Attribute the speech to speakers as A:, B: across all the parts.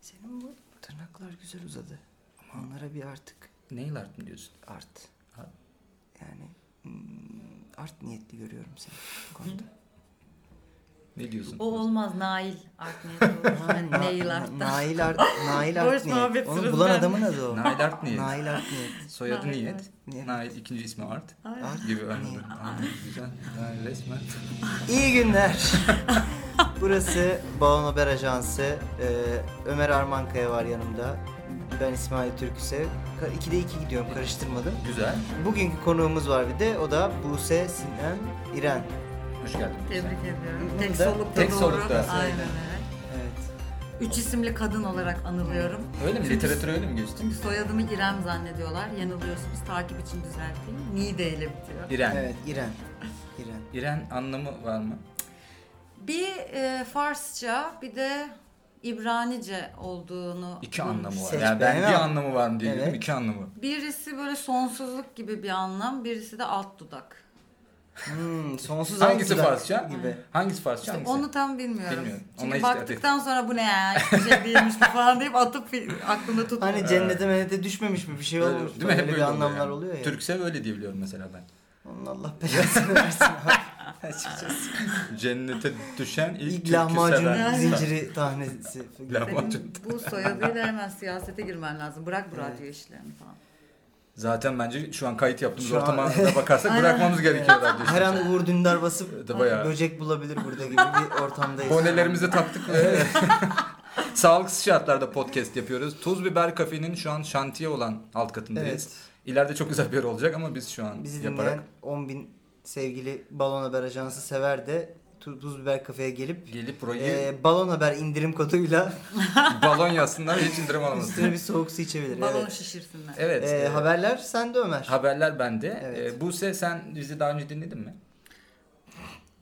A: Senin bu tırnaklar güzel uzadı. Ama onlara bir artık
B: Nail art mı diyorsun?
A: art.
B: Ha,
A: Yani hmm, art niyetli görüyorum seni bu konuda.
B: Ne diyorsun?
C: O olmaz Nail art
A: Na-
C: neydi? Nail
A: na-
C: art.
A: Nail art. Nail art
C: Boris
A: niyet.
C: muhabbet
A: Onu
C: sırası
A: bulan
C: ben.
A: adamın adı o.
B: Nail art niyet.
A: Nail art niyet.
B: Soyadı
C: Nail
B: niyet.
A: Niyet.
B: Nail ikinci ismi art.
C: Aynen.
A: Art
B: Gibi öyle.
A: niyet.
B: Aynen, Güzel. Yani resmen.
A: İyi günler. Burası Balon Haber Ajansı. Ee, Ömer Armankaya var yanımda. Ben İsmail Türküsev. Ka- İkide iki gidiyorum karıştırmadım.
B: Güzel.
A: Bugünkü konuğumuz var bir de o da Buse Sinem İren.
B: Hoş geldin.
C: Tebrik ediyorum. Tek
A: da-
C: solukta
B: tek
C: doğru.
B: solukta.
C: Aynen öyle.
A: Evet.
C: Üç isimli kadın olarak anılıyorum.
B: Öyle mi? Literatür öyle mi geçtin?
C: Soyadımı İrem zannediyorlar. Yanılıyorsunuz. Takip için düzelteyim. Nide ile bitiyor.
B: İren.
A: Evet İren. İren.
B: İren anlamı var mı?
C: Bir e, Farsça bir de İbranice olduğunu...
B: İki anlamı var.
A: Seç
B: Yani ben
A: beğen
B: bir
A: al.
B: anlamı var mı diye
A: Evet.
B: girdim. iki anlamı.
C: Birisi böyle sonsuzluk gibi bir anlam. Birisi de alt dudak.
A: Hmm, sonsuz
B: Hangisi
A: altıda
B: Farsça?
A: Gibi.
B: Hangisi Farsça?
C: İşte
B: hangisi?
C: onu tam bilmiyorum.
B: Bilmiyorum. Ona
C: Çünkü
B: hiç
C: baktıktan sonra bu ne ya hiçbir şey değilmiş bu falan deyip atıp aklımda tuttum.
A: Hani cennete menete düşmemiş mi bir şey
B: Öyle-
A: olmuş.
B: değil mi? Hep
A: Öyle bir
B: öyle oluyor
A: anlamlar
B: yani.
A: oluyor ya.
B: Türksev öyle diyebiliyorum mesela ben.
A: Onun Allah belasını versin abi. Açıkçası.
B: Cennete düşen ilk,
A: İlk
B: Türk'ü seven
A: lahmacun
B: insan.
A: zinciri tahnesi.
B: Lahmacun.
C: Senin bu soyadıyla hemen siyasete girmen lazım. Bırak bu radyo işlerini falan.
B: Zaten bence şu an kayıt yaptığımız
A: Şu an-
B: ortama da bakarsak
C: Aynen.
B: bırakmamız gerekiyor radyo
A: Her an Uğur Dündar basıp
B: Da bayağı.
A: böcek bulabilir burada gibi bir ortamdayız.
B: Bonelerimizi taktık ve sağlıksız şartlarda podcast yapıyoruz. Tuz Biber Kafe'nin şu an şantiye olan alt katındayız.
A: Evet.
B: İleride çok güzel bir yer olacak ama biz şu an
A: Bizi
B: yaparak
A: dinleyen 10 bin sevgili Balon Haber Ajansı sever de Tu- Tuz Biber Kafe'ye gelip
B: gelip burayı
A: Ee, balon haber indirim koduyla
B: balon yazsınlar hiç indirim alamazsın.
A: üstüne bir soğuk su içebilir.
C: Balon
A: evet.
C: şişirsinler.
B: Evet.
A: Ee,
B: e,
A: haberler sende Ömer.
B: haberler bende.
A: Evet.
B: E, Buse sen bizi daha önce dinledin mi?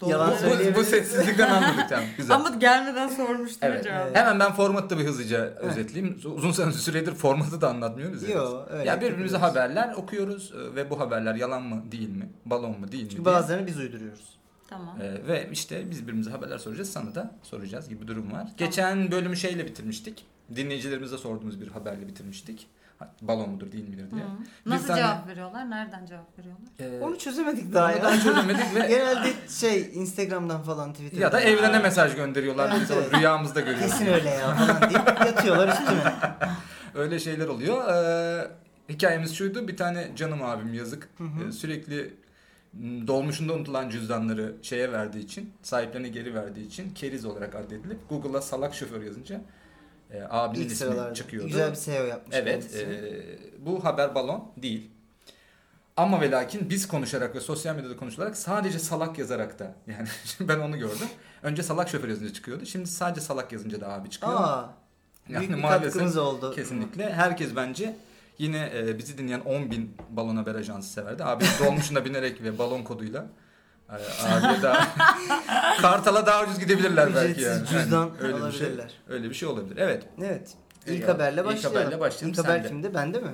A: Yalan
B: Bu- bu, bu
A: söyleyebiliriz.
B: sessizlikten anladık tamam. Güzel.
C: Ama gelmeden sormuştum
B: Evet.
C: cevabı.
B: Hemen ben formatı da bir hızlıca özetleyeyim. Uzun süredir formatı da anlatmıyoruz. ya
A: Yo,
B: biz.
A: öyle
B: ya birbirimize
A: yapıyoruz.
B: haberler okuyoruz e, ve bu haberler yalan mı değil mi? Balon mu değil mi?
A: Çünkü
B: diye.
A: bazılarını biz uyduruyoruz.
C: Tamam.
B: E, ve işte biz birbirimize haberler soracağız. Sana da soracağız gibi durum var. Geçen bölümü şeyle bitirmiştik. Dinleyicilerimize sorduğumuz bir haberle bitirmiştik. Ha, Balon mudur değil midir diye.
C: Hı.
B: Bir
C: Nasıl
B: tane-
C: cevap veriyorlar? Nereden cevap veriyorlar?
B: E,
A: Onu çözemedik daha
B: onu daha
A: ya.
B: çözemedik ve
A: Genelde şey Instagram'dan falan Twitter'dan.
B: ya da evrene mesaj gönderiyorlar bize.
A: Evet.
B: Rüyamızda görüyoruz.
A: Kesin öyle ya falan deyip yatıyorlar üstüne.
B: Öyle şeyler oluyor. Ee, hikayemiz şuydu. Bir tane canım abim yazık. Ee, sürekli m, dolmuşunda unutulan cüzdanları şeye verdiği için, sahiplerine geri verdiği için keriz olarak addedilip Google'a salak şoför yazınca e, abinin
A: İlk
B: ismi
A: sıralarda.
B: çıkıyordu.
A: Güzel bir SEO yapmış.
B: Evet.
A: kendisi.
B: e, bu haber balon değil. Ama ve lakin biz konuşarak ve sosyal medyada konuşularak sadece salak yazarak da yani ben onu gördüm. Önce salak şoför yazınca çıkıyordu. Şimdi sadece salak yazınca da abi çıkıyor.
A: Aa,
B: Yani
A: büyük bir
B: maalesef-
A: katkımız oldu.
B: Kesinlikle. Herkes bence yine e, bizi dinleyen 10.000 balon haber ajansı severdi. Abi dolmuşuna binerek ve balon koduyla e, abiye daha Kartal'a daha ucuz gidebilirler belki yani.
A: Ücretsiz cüzdan
B: Yani öyle bir şey.
A: alabilirler.
B: Öyle bir şey olabilir. Evet.
A: Evet. İlk
B: Eyvallah.
A: haberle
B: İlk
A: başlayalım.
B: haberle başlayalım,
A: İlk haber
B: sende.
A: kimde? Bende mi?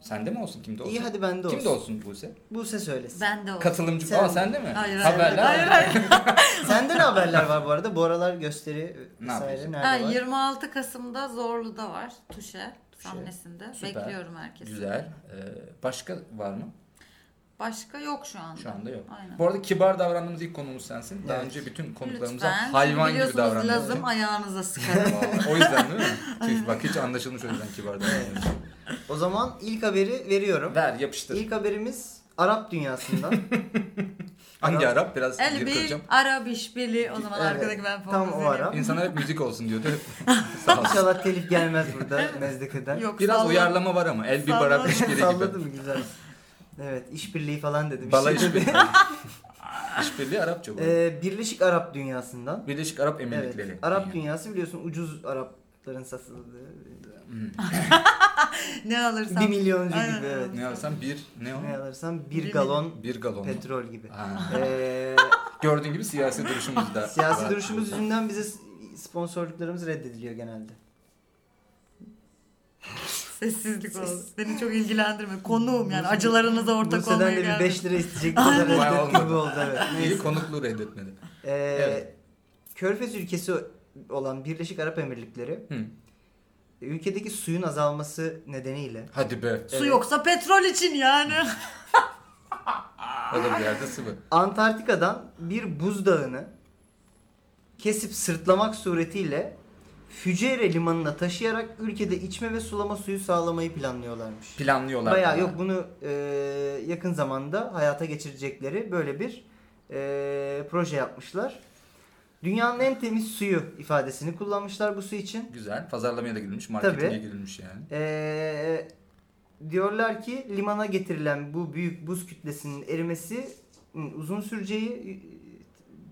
B: Sende mi olsun kimde olsun?
A: İyi hadi bende olsun.
B: Kimde olsun Buse?
A: Buse söylesin.
C: Ben de o.
B: Katılımcı.
A: Sen-
B: Aa sende mi?
C: Hayır, hayır,
B: Haberler.
C: hayır, hayır.
A: Sende ne haberler var bu arada? Bu aralar gösteri
B: Ne
A: vesaire
B: yapıyorsun?
A: nerede
C: Ha,
A: var?
C: 26 Kasım'da Zorlu'da var. Tuşe sahnesinde.
B: Süper.
C: Bekliyorum herkesi.
B: Güzel. E, başka var mı?
C: Başka yok şu anda.
B: Şu anda yok.
C: Aynen.
B: Bu arada kibar davrandığımız ilk konuğumuz sensin. Daha
A: Evet.
B: önce bütün konuklarımıza
C: Lütfen.
B: hayvan
C: Çünkü
B: gibi
C: biliyorsunuz
B: davrandın.
C: lazım ayağınıza sıkarım.
B: Vallahi, o yüzden değil mi? Tüh, Bak hiç anlaşılmış o yüzden kibar davranıyorsun.
A: O zaman ilk haberi veriyorum.
B: Ver yapıştır.
A: İlk haberimiz Arap dünyasından.
B: Hangi Arap? Biraz
C: El
B: geri
C: bir
B: kaçacağım.
C: Arap işbirliği o zaman
A: Evet,
C: arkadaki ben
A: tam
C: fonumuzu
A: o
C: vereyim.
A: Arap.
B: İnsanlar hep müzik olsun diyordu. Hep. Sağ olsun.
A: İnşallah telif gelmez burada mezdekeden.
C: Yok,
B: Biraz
C: salla-
B: uyarlama var ama. El bir
C: Salladım.
B: barab işbirliği gibi.
A: Salladı mı güzel. Evet işbirliği falan dedi. Bir
B: Bala
A: şey dedi.
B: işbirliği. işbirliği Arapça bu.
A: Ee, Birleşik Arap dünyasından.
B: Birleşik Arap
A: Evet.
B: Emirlikleri.
A: Arap dünyası biliyorsun ucuz Arapların satıldığı.
C: Ne alırsam.
A: Bir milyoncu
C: Aynen,
A: gibi evet.
B: Ne alsam bir ne o?
A: Ne alırsan bir
C: Bir
A: galon
B: Bir galon. mu?
A: petrol gibi.
B: Ha.
A: Ee,
B: Gördüğün gibi siyasi duruşumuz da.
A: siyasi
B: var.
A: duruşumuz yüzünden bize s- sponsorluklarımız reddediliyor genelde.
C: Sessizlik oldu. Beni çok ilgilendirme. Konuğum yani. Acılarınıza ortak
A: Buse'den
C: olmaya
A: de bir
C: geldim.
A: 5 lira isteyecek kadar
B: Bayağı
A: reddet gibi
B: olmadı.
A: oldu evet.
B: İyi
A: Neyse.
B: konukluğu reddetmedi.
A: Ee,
B: Evet.
A: Körfez ülkesi olan Birleşik Arap Emirlikleri
B: Hı.
A: Ülkedeki suyun azalması nedeniyle
B: Hadi be.
C: Su yoksa petrol için yani.
B: O da bir yerde sıvı.
A: Antarktika'dan bir buzdağını kesip sırtlamak suretiyle Füceyre limanına taşıyarak ülkede içme ve sulama suyu sağlamayı planlıyorlarmış.
B: Planlıyorlar.
A: Bayağı yok bunu e, yakın zamanda hayata geçirecekleri böyle bir e, proje yapmışlar. Dünyanın en temiz suyu ifadesini kullanmışlar bu su için.
B: Güzel. Pazarlamaya da girilmiş. Marketinge
A: Tabii.
B: girilmiş yani.
A: Ee, diyorlar ki limana getirilen bu büyük buz kütlesinin erimesi ın uzun süreceği e,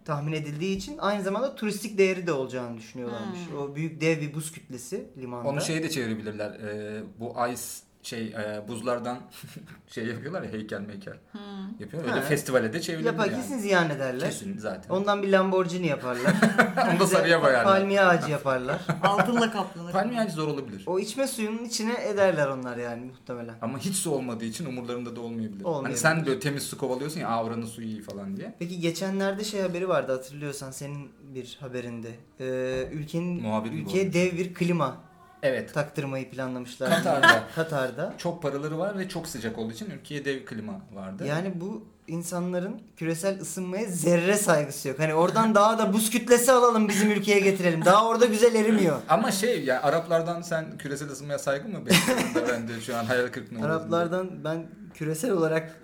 A: tahmin edildiği için aynı zamanda turistik değeri de olacağını düşünüyorlarmış.
C: Hmm.
A: O büyük dev bir buz kütlesi limanda.
B: Onu şey şeye de çevirebilirler. Ee, bu ice şey e, buzlardan şey yapıyorlar ya heykel meykel.
C: Hmm.
B: Yapıyor. Öyle
A: Ha.
B: festivale de çevirebilirler.
A: Yapar kesin ziyan ederler.
B: Kesin zaten.
A: Ondan bir Lamborghini yaparlar.
B: Onu da
A: Bize
B: sarıya boyarlar.
A: Palmiye ağacı yaparlar.
C: Altınla kaplanır.
A: Hani?
B: Palmiye ağacı zor olabilir.
A: O içme suyunun içine ederler onlar yani muhtemelen.
B: Ama hiç su olmadığı için umurlarında da olmayabilir. Hani
A: Olmayabilir.
B: sen böyle temiz su kovalıyorsun ya "Aa, oranın suyu iyi falan diye.
A: Peki geçenlerde şey haberi vardı hatırlıyorsan senin bir haberinde. Ee, ülkenin
B: Muhabir gibi
A: ülkeye
B: olmuş.
A: dev bir klima
B: Evet.
A: taktırmayı planlamışlar.
B: Katar'da.
A: Katar'da.
B: Çok paraları var ve çok sıcak olduğu için ülkeye dev klima vardı.
A: Yani bu insanların küresel ısınmaya zerre saygısı yok. Hani oradan daha da buz kütlesi alalım bizim ülkeye getirelim. Daha orada güzel erimiyor.
B: Ama şey ya Araplardan sen küresel ısınmaya saygı mı bekliyorsun da ben de şu an hayal kırıklığına uğradım.
A: Araplardan ben küresel olarak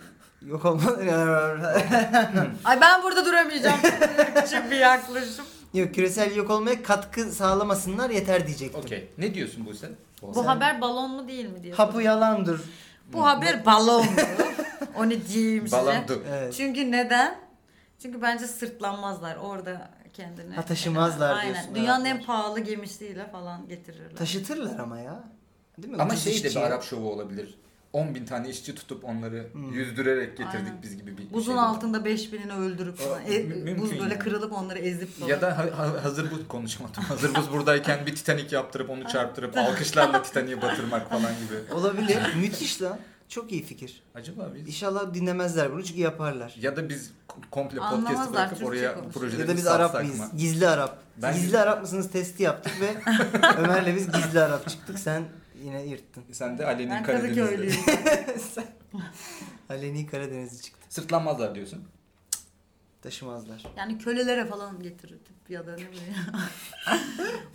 A: yok olmalı.
C: Ay ben burada duramayacağım. Çünkü bir yaklaşım.
A: yok küresel yok olmaya katkı sağlamasınlar yeter diyecektim.
B: Okey. Ne diyorsun bu sen?
C: Bu haber balon mu değil mi diye.
A: Hapı yalandır.
C: Bu haber balon. Onu diyeyim size.
B: Balandı.
A: Evet.
C: Çünkü neden? Çünkü bence sırtlanmazlar orada kendini.
A: Ha, taşımazlar
C: Aynen.
A: diyorsun,
C: Dünyanın
A: Araplar.
C: en pahalı gemisiyle falan getirirler.
A: Taşıtırlar ama ya. Değil mi?
B: Ama
A: Ucuz
B: şey de bir
A: işçiye.
B: Arap şovu olabilir. 10 bin tane işçi tutup onları
A: Hmm.
B: yüzdürerek getirdik
C: Aynen.
B: biz gibi bir
C: Buzun
B: şey.
C: altında 5000'ini öldürüp falan.
B: Aa,
C: E,
B: mümkün
C: buz böyle
B: yani.
C: kırılıp onları ezip falan.
B: Ya da ha- ha- hazır buz konuşmadım. Hazır buz buradayken bir Titanik yaptırıp onu çarptırıp alkışlarla Titanik'i batırmak falan gibi.
A: Olabilir. Müthiş lan. Çok iyi fikir.
B: Acaba biz
A: İnşallah dinlemezler bunu çünkü yaparlar.
B: ya da biz komple podcast'ı
C: Anlamazlar,
B: bırakıp
C: Türkçe
B: oraya bu
C: konuşuruz.
B: projeleri
A: Ya da biz
B: satsak
A: Arap mıyız?
B: mı?
A: Gizli Arap.
B: Ben-
A: Gizli Arap mısınız testi yaptık ve Ömer'le biz gizli Arap çıktık. Sen yine yırttın.
B: Sen de Ali'nin
C: ben
B: Karadeniz'de.
C: Kadıköylüyüm.
A: Aleni Karadeniz'i çıktı.
B: Sırtlanmazlar diyorsun.
A: Taşımazlar.
C: yani kölelere falan getiririp ya da ne bileyim.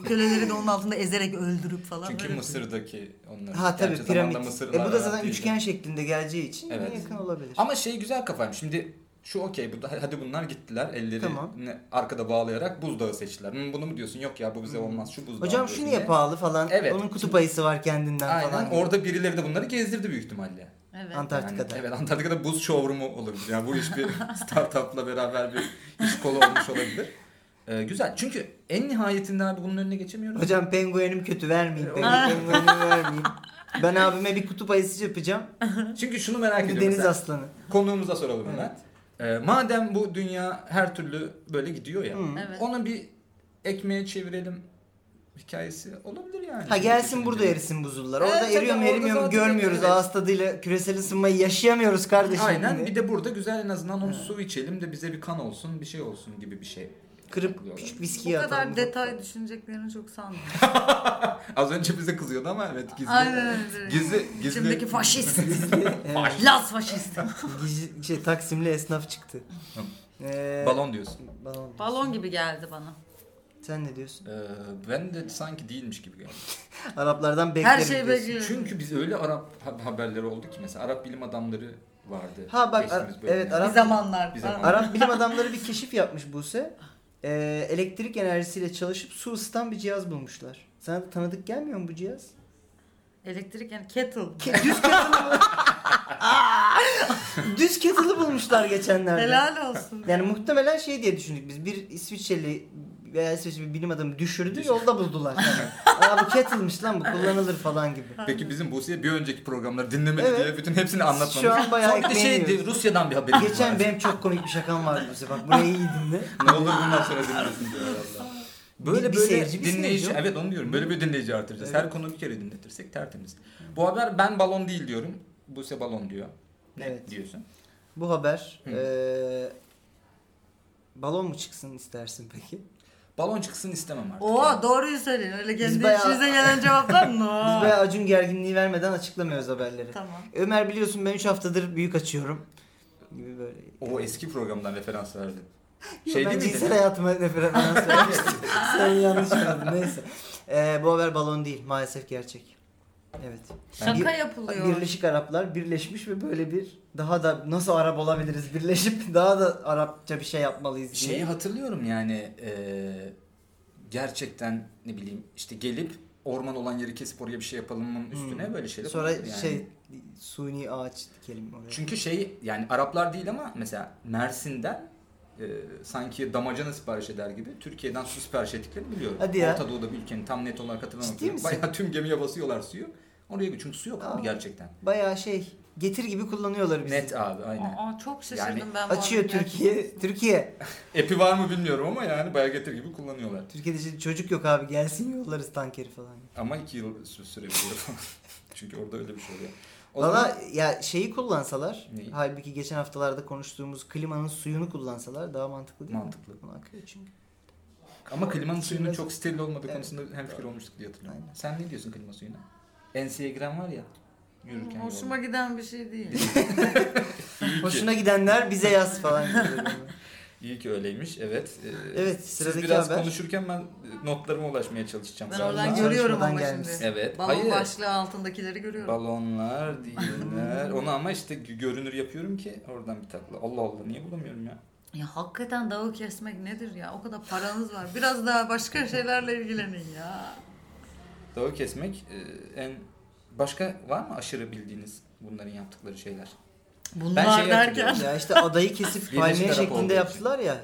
C: köleleri de onun altında ezerek öldürüp falan.
B: Çünkü
C: öyle bir-
B: Mısır'daki onlar.
A: Ha tabii
B: Gerçi zamanında
A: piramit.
B: Mısırlılar
A: E bu da
B: Arap
A: zaten
B: değildi.
A: üçgen şeklinde geleceği için yine
B: Evet.
A: yakın olabilir.
B: Ama şey güzel kafaymış. Şimdi şu okey bu da- hadi bunlar gittiler elleri
A: Tamam.
B: ne- arkada bağlayarak buzdağı seçtiler. Hı, bunu mu diyorsun? Yok ya bu bize olmaz. Şu buzdağı.
A: Hocam
B: diyorsun
A: şu niye
B: diye.
A: pahalı falan.
B: Evet.
A: Onun kutup ayısı var kendinden
B: Aynen
A: falan.
B: orada birileri de bunları gezdirdi büyük ihtimalle.
C: Evet.
A: Antarktika'da.
B: Yani, evet Antarktika'da buz showroom'u olabilir. Yani bu iş bir startup'la beraber bir iş kolu olmuş olabilir. Ee, güzel. Çünkü en nihayetinde abi bunun önüne geçemiyoruz.
A: Hocam penguenim kötü vermeyin.
B: E,
A: Pengu- Penguenimi vermeyin. Ben abime bir kutup ayısı yapacağım.
B: Çünkü şunu merak
A: Bir
B: ediyorum.
A: deniz
B: mesela.
A: aslanı.
B: Konuğumuza soralım
A: Evet. Hmm.
B: hemen. Ee, madem bu dünya her türlü böyle gidiyor ya.
A: Hı.
C: Evet.
B: Onu bir ekmeğe çevirelim hikayesi olabilir yani.
A: Ha gelsin
B: Şimdi
A: burada
B: düşününce.
A: erisin buzullar.
B: Evet,
A: Orada
B: tabii,
A: eriyor mu
B: orada
A: erimiyor mu
B: zaten
A: görmüyoruz.
B: evet.
A: Ağız tadıyla küresel ısınmayı yaşayamıyoruz kardeşim.
B: Aynen.
A: Hani
B: Bir de burada güzel en azından onu su içelim de bize bir kan olsun, bir şey olsun gibi bir şey.
A: Kırıp
B: Yapıyorlar.
A: küçük
C: Bu
A: viskiye atalım.
C: kadar detay düşüneceklerini çok sanmıyorum.
B: Az önce bize kızıyordu ama evet gizli.
C: Aynen öyle.
B: Gizli gizli.
C: İçimdeki faşist.
A: Evet.
C: Las faşist.
A: Giz- şey, Taksimli esnaf çıktı.
B: Hı.
A: Ee,
B: balon diyorsun.
A: balon.
C: Balon gibi geldi bana.
A: Sen ne diyorsun?
B: Ee, ben de sanki değilmiş gibi geldi.
A: Araplardan beklerim
C: şey
A: diyorsun.
C: bekliyor.
B: Çünkü biz öyle Arap ha- haberleri oldu ki mesela Arap bilim adamları vardı.
A: Ha bak,
B: geçtiğimiz
A: Ar-
B: bölümde.
A: evet, Arap-
C: Bir zamanlar.
B: Bir zamanlar.
A: Arap bilim adamları bir keşif yapmış Buse. Ee, elektrik enerjisiyle çalışıp su ısıtan bir cihaz bulmuşlar. Sana tanıdık gelmiyor mu bu cihaz?
C: Elektrik yani kettle.
A: Ke- düz kettle'ı Aa! Düz kettle'ı bulmuşlar geçenlerde.
C: Helal olsun.
A: Yani muhtemelen şey diye düşündük biz. Bir İsviçreli veya İsviçre bir bilim adamı düşürdü
B: Düşür-
A: yolda buldular. Yani, Aa bu kettle'mış lan bu kullanılır falan gibi.
B: Peki bizim Buse'ye bir önceki programları dinlemedi
A: Evet.
B: diye bütün hepsini anlatmamış.
A: Şu an bayağı
B: Sonra bir de
A: ekmeğini
B: şey
A: yiyoruz.
B: Rusya'dan bir haberimiz
A: Geçen
B: var.
A: benim çok komik bir şakam vardı bize bak burayı iyi dinle.
B: Ne olur bundan sonra dinlesin diyor Allah. Böyle
A: Bir- bir
B: böyle
A: seyirci, bir
B: dinleyici,
A: seyirci.
B: evet onu diyorum. Böyle bir dinleyici artıracağız.
A: Evet.
B: Her konu bir kere dinletirsek tertemiz. Bu haber ben balon değil diyorum. Buse balon diyor. Ne
A: Evet.
B: diyorsun?
A: Bu haber
B: Hı.
A: eee balon mu çıksın istersin peki?
B: balon çıksın istemem artık.
C: Oo doğruyu söyleyin. Öyle kendi
A: bayağı-
C: içinize gelen cevaplar mı?
A: Biz bayağı Acun gerginliği vermeden açıklamıyoruz haberleri.
C: Tamam.
A: Ömer biliyorsun ben 3 haftadır büyük açıyorum. Gibi böyle.
B: O eski programdan referans verdim.
A: Şey
B: Şey
A: ben
B: değil
A: cinsel
B: miydi?
A: hayatıma referans vermiştim. Sen yanlış anladın neyse. Ee, bu haber balon değil maalesef gerçek. Evet.
C: Şaka
A: Bir-
C: yapılıyor.
A: Birleşik Araplar birleşmiş ve böyle bir daha da nasıl Arap olabiliriz birleşip daha da Arapça bir şey yapmalıyız diye.
B: Şeyi hatırlıyorum yani eee, gerçekten ne bileyim işte gelip orman olan yeri kesip oraya bir şey yapalımın üstüne böyle şeyler
A: Hmm. Sonra
B: oluyor yani.
A: şey suni ağaç dikelim oraya.
B: Çünkü şey yani Araplar değil ama mesela Mersin'den e, sanki damacana sipariş eder gibi Türkiye'den su sipariş ettiklerini biliyorum.
A: Hadi ya.
B: Orta Doğu'da bir ülkenin tam net olarak
A: Ciddi
B: hatırlamıyorum.
A: misin?
B: Bayağı tüm gemiye basıyorlar suyu. Oraya gidiyor çünkü su yok
A: Aa.
B: abi gerçekten.
A: Bayağı şey getir gibi kullanıyorlar bizi.
B: Net abi aynen.
C: Aa, çok şaşırdım
B: Yani
C: ben. bu
A: Açıyor
C: arada.
A: Türkiye. Türkiye.
B: Epi var mı bilmiyorum ama yani bayağı getir gibi kullanıyorlar.
A: Türkiye'de şimdi çocuk yok abi gelsin yollarız tankeri falan.
B: Ama iki yıl sü- sürebiliyor. çünkü orada öyle bir şey oluyor. O
A: Valla
B: zaman
A: ya şeyi kullansalar,
B: Neyi?
A: halbuki geçen haftalarda konuştuğumuz klimanın suyunu kullansalar daha mantıklı değil mi?
B: mantıklı.
A: Bunu akıyor çünkü.
B: Ama klimanın suyunun
A: şey Biraz-
B: çok steril olmadığı
A: Evet.
B: konusunda hemfikir olmuştuk diye hatırlıyorum.
A: Aynen.
B: Sen ne diyorsun klima suyuna? Enseye giren var ya yürürken.
C: Hoşuma
B: yolda.
C: giden bir şey değil.
A: Hoşuna gidenler bize yaz falan. gibi böyle.
B: İyi ki öyleymiş evet. Ee,
A: Evet,
B: Siz
A: sıradaki
B: biraz
A: haber.
B: konuşurken ben e, notlarıma ulaşmaya çalışacağım.
C: Ben
B: galiba.
C: oradan
A: Çalışmadan
C: görüyorum ama
A: gelmiş.
C: şimdi.
B: Evet.
C: Balon
B: Hayır.
C: başlığı altındakileri görüyorum.
B: Balonlar değiller. Onu ama işte gö- görünür yapıyorum ki oradan bir takla. Allah Allah niye bulamıyorum ya?
C: ya hakikaten dağı kesmek nedir ya? O kadar paranız var. Biraz daha başka şeylerle ilgilenin ya.
B: Dağı kesmek e, en başka var mı aşırı bildiğiniz bunların yaptıkları şeyler?
C: Bunlar
B: şey
C: derken.
B: hatırlıyorum.
A: ya işte adayı kesip
B: Birleşik
A: palmiye
B: Arap olduğu
A: şeklinde
B: için.
A: yaptılar ya.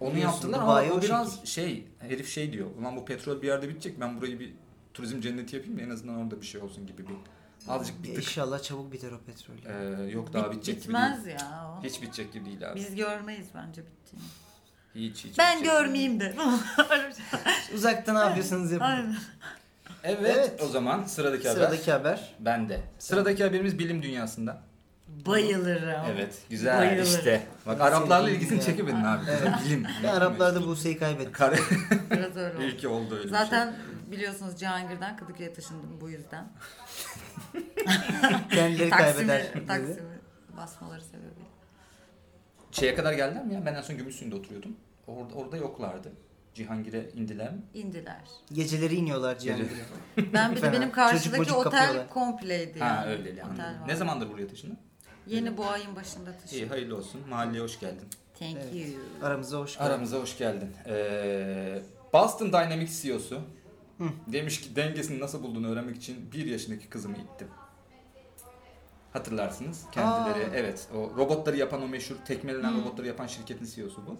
B: Onu
A: Biliyorsun,
B: yaptılar
A: Dubai
B: ama
A: o
B: o biraz şey herif şey diyor. Ulan bu petrol bir yerde bitecek. Ben burayı bir turizm cenneti yapayım da en azından orada bir şey olsun gibi bir. Azıcık bir
A: Ya
B: tık.
A: İnşallah çabuk biter o petrol. ya.
B: Ee, yok daha
C: Bit-
B: bitecek gibi
C: Bitmez ya o.
B: değil. Hiç bitecek gibi değil abi.
C: Biz görmeyiz bence bittiğini.
B: Hiç hiç.
C: Ben
B: bitecek gibi değil.
C: görmeyeyim de. Öyle bir şey.
A: Uzakta ne yapıyorsanız yapın.
C: Aynen.
B: Evet,
A: Evet.
B: o zaman sıradaki, haber.
A: Sıradaki haber.
B: Bende. Sıradaki haberimiz bilim dünyasında.
C: Bayılırım.
B: Evet güzel
C: Bayılırım.
B: işte. Bak
A: Ben
B: Araplarla
A: sevdiğim
B: ilgisini
A: ya.
B: çekemedin abi.
A: Evet.
B: Bilim.
A: Ben Araplarda Buse'yi kaybettim.
B: Kare
C: Biraz öyle oldu.
B: ilki oldu öyle bir şey.
C: Zaten biliyorsunuz Cihangir'den Kadıköy'e taşındım bu yüzden.
A: Kendileri kaybeder.
C: Taksim'i,
A: dedi.
C: Taksim'i basmaları sebebiyle.
B: şey. Şeye kadar geldiler mi ya? Ben en son Gümüşsuyu'nda oturuyordum. Orada, orada yoklardı. Cihangir'e indiler mi?
C: İndiler.
A: Geceleri iniyorlar Cihangir'e.
C: Ben bir de
A: Fena.
C: benim
A: Çocuk
C: karşıdaki
A: mucuk
C: otel
A: kapıyorlar.
C: kompleydi.
B: Ha
C: yani.
B: öyle
C: Otel
B: anladım.
C: var.
B: Ne zamandır buraya taşındın? Şey.
C: Yeni bu ayın başında taşındım.
B: İyi hayırlı olsun. Mahalleye hoş geldin.
C: Thank
A: Evet.
C: you.
A: Aramıza hoş geldin.
B: Aramıza hoş geldin. Ee, Boston Dynamics CEO'su demiş ki dengesini nasıl bulduğunu öğrenmek için bir yaşındaki kızımı ittim. Hatırlarsınız. Kendileri
A: Aa.
B: evet o robotları yapan o meşhur tekmelenen robotları yapan şirketin CEO'su bu.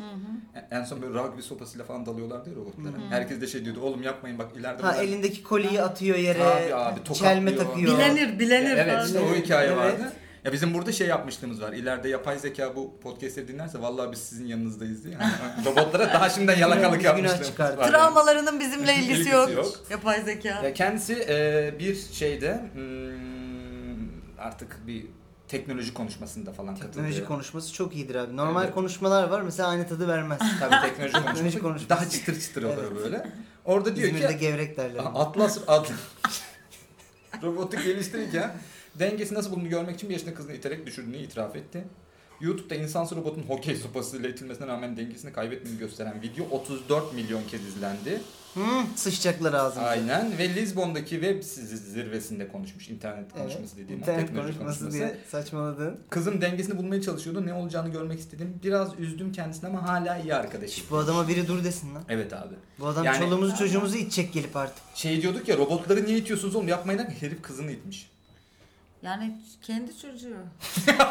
B: E- En son böyle rugby sopasıyla falan dalıyorlardı ya robotlara. Herkes de şey diyordu oğlum yapmayın bak ileride
A: Ha
B: bunlar-
A: elindeki kolyeyi atıyor yere.
B: Abi, abi, tokatlıyor.
A: çelme takıyor.
C: Bilenir, bilenir.
B: Evet
C: falan.
B: işte o hikaye
A: Evet.
B: vardı. Ya bizim burada şey yapmışlığımız var. İleride yapay zeka bu podcastleri dinlerse vallahi biz sizin yanınızdayız diye. Yani robotlara daha şimdiden yalakalık
A: Günah
B: yapmışlığımız var.
A: çıkardı.
B: yani.
C: Travmalarının bizimle
B: İlgisi
C: ilgisi yok.
B: yok.
C: Yapay zeka.
B: Ya kendisi e, bir şeyde hmm, artık bir teknoloji konuşmasında falan katıldı.
A: Teknoloji konuşması çok iyidir abi. Normal
B: Evet.
A: konuşmalar var mesela aynı tadı vermez.
B: Tabii teknoloji konuşması.
A: konuşması.
B: Daha çıtır çıtır olur
A: Evet.
B: böyle. Orada diyor
A: İzmir'de
B: ki
A: gevrek derler.
B: Atlas adlı robotu geliştirirken dengesi nasıl bulunduğunu görmek için bir yaşında kızını iterek düşürdüğünü itiraf etti. YouTube'da insansı robotun hokey sopasıyla itilmesine rağmen dengesini kaybettiğini gösteren video 34 milyon kez izlendi.
A: Hı, sıçacaklar ağzımıza.
B: Aynen ve Lisbon'daki web sizi- zirvesinde konuşmuş. internet
A: Evet.
B: konuşması dediğim o
A: İnternet
B: teknoloji
A: konuşması, diye saçmaladın.
B: Kızım dengesini bulmaya çalışıyordu. Ne olacağını görmek istedim. Biraz üzdüm kendisini ama hala iyi arkadaşım.
A: Şş, bu adama biri dur desin lan.
B: Evet abi.
A: Bu adam
B: Yani-
A: çoluğumuzu çocuğumuzu içecek gelip artık.
B: Şey diyorduk ya robotları niye itiyorsunuz oğlum yapmayın derken herif kızını itmiş.
C: Yani kendi çocuğu.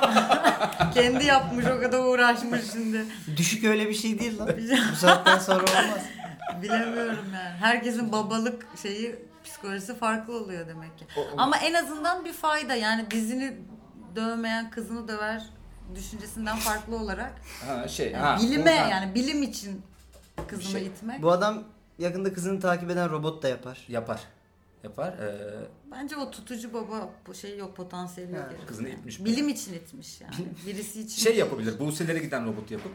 C: kendi yapmış o kadar uğraşmış şimdi.
A: Düşük öyle bir şey değil lan.
C: Bize-
A: bu saatten sonra olmaz.
C: Bilemiyorum yani. Herkesin babalık şeyi psikolojisi farklı oluyor demek ki.
B: O- o-
C: Ama en azından bir fayda yani dizini dövmeyen kızını döver düşüncesinden farklı olarak
B: Ha şey
C: yani
B: ha.
C: bilime
B: oradan-
C: yani bilim için kızını
B: Şey,
C: itmek
A: Bu adam yakında kızını takip eden robot da yapar.
B: Yapar. Yapar. Ee,
C: bence o tutucu baba bu şey yok potansiyeli yok.
A: Ha,
C: herifin
B: kızını
C: yani.
B: itmiş.
C: Bilim için itmiş yani. Birisi için.
B: şey yapabilir. Buse'lere giden robotu yapıp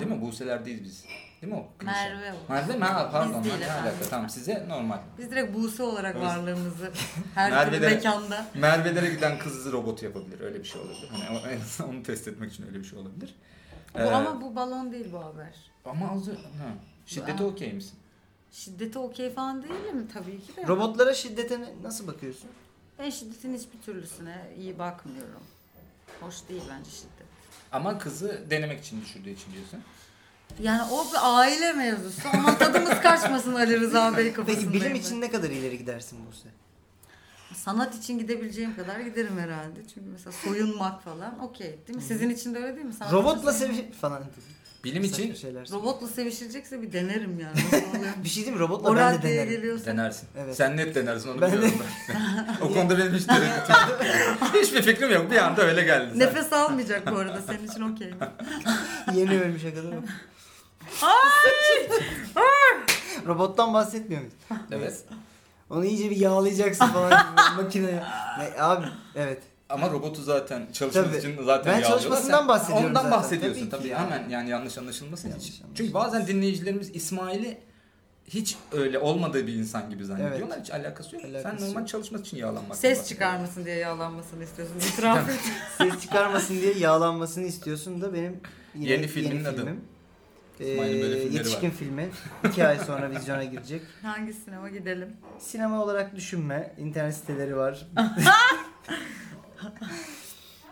B: Değil mi? Buse'lerdeyiz biz. Değil mi o? klişe?
C: Merve o.
B: Merve mi? Ha, pardon.
C: Biz değil
B: Merve ne
C: efendim.
B: alaka? Tamam size normal.
C: Biz direkt Buse olarak
B: Evet.
C: varlığımızı her türlü
B: Merve'de-
C: mekanda.
B: Merve'lere giden kız robotu yapabilir. Öyle bir şey olabilir. Hani o- en azından onu test etmek için öyle bir şey olabilir.
C: Bu,
B: Ee,
C: ama bu balon değil bu haber.
B: ama az ö- ha. Şiddete
C: Aa.
B: okey misin?
C: Şiddete okey falan değilim tabii ki de.
A: Robotlara şiddete ne- nasıl bakıyorsun?
C: Ben şiddetin hiçbir türlüsüne iyi bakmıyorum. Hoş değil bence şiddet.
B: Ama kızı denemek için düşürdüğü için diyorsun.
C: Yani o bir aile mevzusu ama tadımız kaçmasın Ali Rıza Bey kafasında.
A: Peki bilim için ne kadar ileri gidersin Buse?
C: Sanat için gidebileceğim kadar giderim herhalde. Çünkü mesela soyunmak falan okey değil mi? Sizin için de öyle değil mi? Sanat için
A: Robotla
C: soyun-
A: sevi falan.
B: Bilim
A: Saçma
B: için
A: şeyler.
C: Robotla sevişilecekse bir denerim yani. Nasıl oluyor?
A: Bir şey değil mi? Robotla
C: o
A: ben de
C: raddeye
A: denerim.
C: geliyorsa.
B: denersin.
A: Evet.
B: Sen net denersin onu
A: Ben de-
B: biliyorum ben. o konuda benim hiç tereddütüm yok. Hiçbir fikrim yok. Bir anda öyle geldi. zaten.
C: Nefes almayacak bu arada senin için okey.
A: Yeni ölmüşe kadar. o. Robottan bahsetmiyor muyuz?
B: Evet.
A: Onu iyice bir yağlayacaksın falan gibi, makineye. Ne, abi evet.
B: Ama robotu zaten çalışması
A: Tabii.
B: için zaten
A: Ben
B: yağlıyorlar.
A: çalışmasından
B: Sen-
A: bahsediyorum
B: Ondan
A: zaten.
B: bahsediyorsun
A: Tabii
B: tabii.
A: ki ya.
B: Hemen yani yanlış anlaşılmasın
A: Yanlış
B: için.
A: anlaşılmasın.
B: Çünkü bazen dinleyicilerimiz İsmail'i hiç öyle olmadığı bir insan gibi zannediyorlar. Hiç alakası yok.
A: Alakası
B: Sen normal
A: yok.
B: çalışması için yağlanmak.
C: Ses çıkarmasın diye yağlanmasını istiyorsun. İtiraf et.
A: Ses çıkarmasın diye yağlanmasını istiyorsun da benim yine
B: Yeni filmin adı.
A: Ee,
B: İsmail'in böyle filmleri
A: yetişkin filmi. İki ay sonra vizyona girecek.
C: Hangi sinema gidelim?
A: Sinema olarak düşünme. İnternet siteleri var.